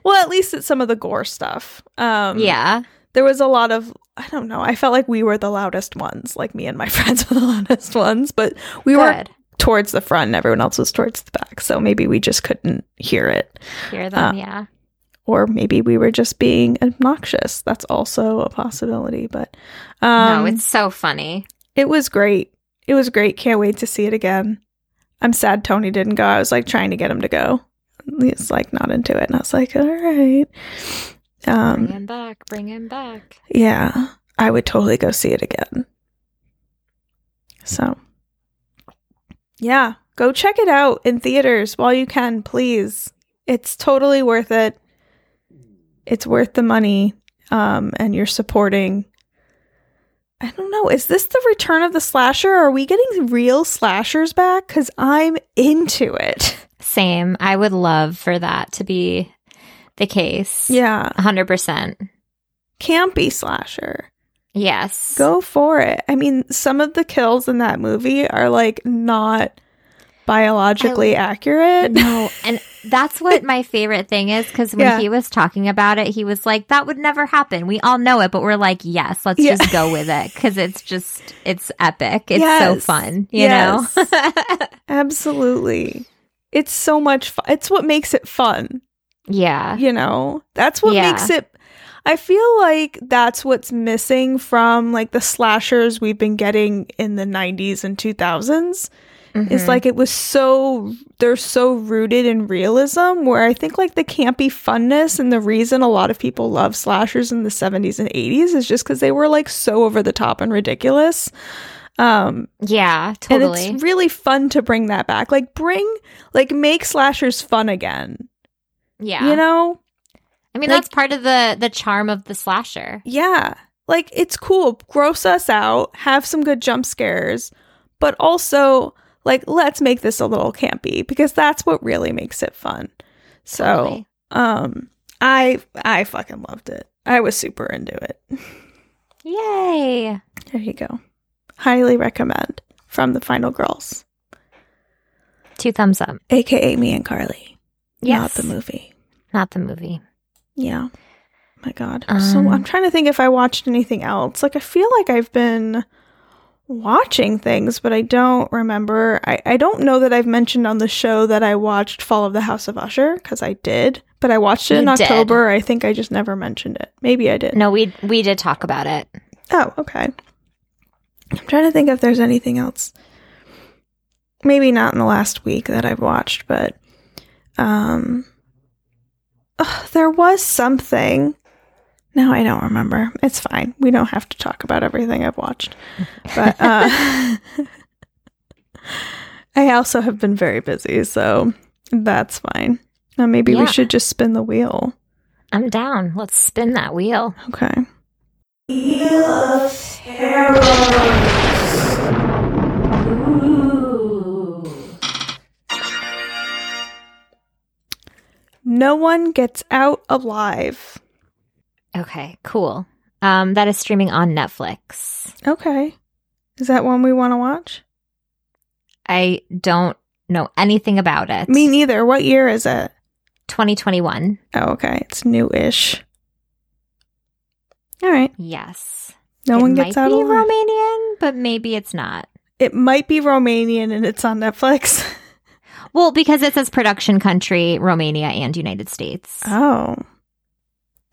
[SPEAKER 2] well, at least at some of the gore stuff. Um,
[SPEAKER 3] yeah.
[SPEAKER 2] there was a lot of I don't know. I felt like we were the loudest ones. Like me and my (laughs) friends were the loudest ones, but we were
[SPEAKER 3] Good.
[SPEAKER 2] towards the front and everyone else was towards the back. So maybe we just couldn't hear it.
[SPEAKER 3] Hear them.
[SPEAKER 2] uh,
[SPEAKER 3] yeah.
[SPEAKER 2] Or maybe we were just being obnoxious. That's also a possibility. But um
[SPEAKER 3] no, it's so funny.
[SPEAKER 2] it was great. It was great. Can't wait to see it again. I'm sad Tony didn't go. I was like trying to get him to go. He's like not into it. And I was like, all right. Um
[SPEAKER 3] bring him back. Bring him back.
[SPEAKER 2] Yeah, I would totally go see it again. So, yeah, go check it out in theaters while you can, please. It's totally worth it. It's worth the money, um, and you're supporting. I don't know. Is this the return of the slasher? Are we getting real slashers back? Because I'm into it. (laughs)
[SPEAKER 3] Same. I would love for that to be the case.
[SPEAKER 2] Yeah.
[SPEAKER 3] 100%.
[SPEAKER 2] Campy slasher.
[SPEAKER 3] Yes.
[SPEAKER 2] Go for it. I mean, some of the kills in that movie are like not biologically (laughs) accurate.
[SPEAKER 3] No, and that's what my favorite thing is because when
[SPEAKER 2] Yeah.
[SPEAKER 3] he was talking about it, he was like, "That would never happen. We all know it, but we're like, yes, let's
[SPEAKER 2] Yeah.
[SPEAKER 3] just go with it because it's just it's epic. It's so
[SPEAKER 2] Yes.
[SPEAKER 3] fun, you
[SPEAKER 2] Yes.
[SPEAKER 3] know."
[SPEAKER 2] Absolutely. It's so much fun. It's what makes it fun,
[SPEAKER 3] (laughs) yeah,
[SPEAKER 2] you know? That's what
[SPEAKER 3] Yeah.
[SPEAKER 2] makes it I feel like that's what's missing from like the slashers we've been getting in the 90s and 2000s.
[SPEAKER 3] Mhm.
[SPEAKER 2] It's like it was so they're so rooted in realism where i think like the campy funness and the reason a lot of people love slashers in the 70s and 80s is just because they were like so over the top and ridiculous um
[SPEAKER 3] yeah, totally.
[SPEAKER 2] and it's really fun to bring that back like bring like make slashers fun again
[SPEAKER 3] yeah,
[SPEAKER 2] you know
[SPEAKER 3] I mean
[SPEAKER 2] like-
[SPEAKER 3] that's part of the the charm of the slasher.
[SPEAKER 2] yeah like it's cool gross us out have some good jump scares but also like let's make this a little campy because that's what really makes it fun so
[SPEAKER 3] Totally.
[SPEAKER 2] Um, I I fucking loved it. I was super into it. (laughs)
[SPEAKER 3] yay!
[SPEAKER 2] There you go. Highly recommend from the Final Girls,
[SPEAKER 3] Two thumbs up.
[SPEAKER 2] aka me and Carly.
[SPEAKER 3] Yes,
[SPEAKER 2] not the movie.
[SPEAKER 3] Not the movie.
[SPEAKER 2] Yeah. Oh My God. so
[SPEAKER 3] Um,
[SPEAKER 2] I'm trying to think if I watched anything else. Like I feel like I've been watching things, but I don't remember. I I don't know that I've mentioned on the show that I watched Fall of the House of Usher because I did, but I watched it
[SPEAKER 3] You
[SPEAKER 2] in
[SPEAKER 3] did.
[SPEAKER 2] October. I think I just never mentioned it. Maybe I did.
[SPEAKER 3] No, we we did talk about it.
[SPEAKER 2] Oh, okay. I'm trying to think if there's anything else. Maybe not in the last week that I've watched, but um ugh, there was something. No, I don't remember. It's fine. We don't have to talk about everything I've watched. But uh (laughs) I also have been very busy, so that's fine. Uh, maybe
[SPEAKER 3] Yeah.
[SPEAKER 2] we should just spin the wheel.
[SPEAKER 3] I'm down. Let's spin that wheel.
[SPEAKER 2] Okay. No one gets out alive.
[SPEAKER 3] Okay, cool. Um, that is streaming on Netflix.
[SPEAKER 2] Okay. Is that one we want to watch?
[SPEAKER 3] I don't know anything about it.
[SPEAKER 2] Me neither. What year is it?
[SPEAKER 3] 2021.
[SPEAKER 2] Oh, okay. It's new-ish. All right.
[SPEAKER 3] Yes.
[SPEAKER 2] No
[SPEAKER 3] it
[SPEAKER 2] one gets
[SPEAKER 3] might
[SPEAKER 2] out
[SPEAKER 3] be
[SPEAKER 2] alive.
[SPEAKER 3] Romanian, but maybe it's not.
[SPEAKER 2] it might be Romanian and it's on Netflix.
[SPEAKER 3] Well, because it says production country Romania and United States.
[SPEAKER 2] Oh. (laughs)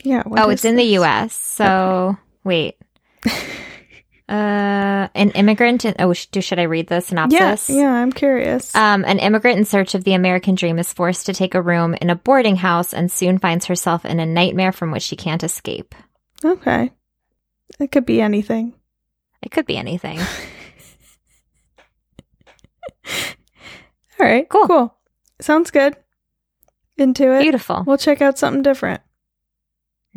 [SPEAKER 2] Yeah. what
[SPEAKER 3] oh,
[SPEAKER 2] is
[SPEAKER 3] it's in
[SPEAKER 2] this?
[SPEAKER 3] the U.S. So
[SPEAKER 2] (laughs)
[SPEAKER 3] wait. uh, an immigrant. In, oh, sh- do, should I read the
[SPEAKER 2] Yeah,
[SPEAKER 3] synopsis?
[SPEAKER 2] yeah, I'm curious.
[SPEAKER 3] Um, an immigrant in search of the American dream is forced to take a room in a boarding house and soon finds herself in a nightmare from which she can't escape.
[SPEAKER 2] okay. It could be anything.
[SPEAKER 3] It could be
[SPEAKER 2] (laughs)
[SPEAKER 3] anything.
[SPEAKER 2] All right.
[SPEAKER 3] Cool.
[SPEAKER 2] Cool. Sounds good. Into it.
[SPEAKER 3] Beautiful.
[SPEAKER 2] We'll check out something different.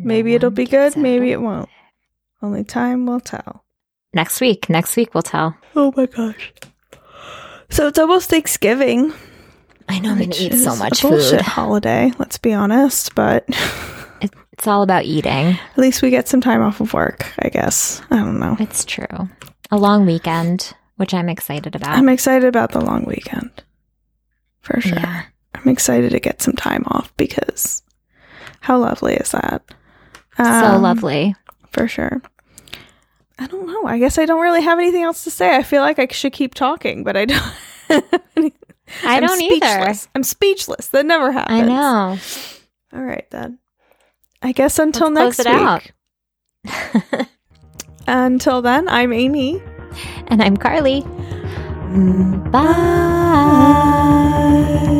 [SPEAKER 2] Maybe
[SPEAKER 3] No
[SPEAKER 2] it'll
[SPEAKER 3] one
[SPEAKER 2] be
[SPEAKER 3] gets
[SPEAKER 2] good,
[SPEAKER 3] out
[SPEAKER 2] maybe
[SPEAKER 3] of-
[SPEAKER 2] it won't. Only time will tell.
[SPEAKER 3] Next week. Next week we'll tell.
[SPEAKER 2] Oh my gosh. So it's almost Thanksgiving.
[SPEAKER 3] I know I'm gonna
[SPEAKER 2] which
[SPEAKER 3] eat so
[SPEAKER 2] is
[SPEAKER 3] much
[SPEAKER 2] a bullshit
[SPEAKER 3] food.
[SPEAKER 2] holiday, let's be honest, but at
[SPEAKER 3] It's all about eating.
[SPEAKER 2] least we get some time off of work, I guess. I don't know.
[SPEAKER 3] It's true. A long weekend, which I'm excited about.
[SPEAKER 2] I'm excited about the long weekend. For sure.
[SPEAKER 3] Yeah.
[SPEAKER 2] I'm excited to get some time off because how lovely is that?
[SPEAKER 3] so
[SPEAKER 2] Um,
[SPEAKER 3] lovely.
[SPEAKER 2] For sure. I don't know. I guess I don't really have anything else to say. I feel like I should keep talking, but I (laughs) don't.
[SPEAKER 3] I
[SPEAKER 2] I'm
[SPEAKER 3] don't either.
[SPEAKER 2] speechless. I'm speechless. That never happens.
[SPEAKER 3] I know.
[SPEAKER 2] All right then. I guess until
[SPEAKER 3] Let's
[SPEAKER 2] next
[SPEAKER 3] close it
[SPEAKER 2] week.
[SPEAKER 3] out. (laughs)
[SPEAKER 2] Until then, I'm Amy.
[SPEAKER 3] And I'm Carly. Mm, Bye.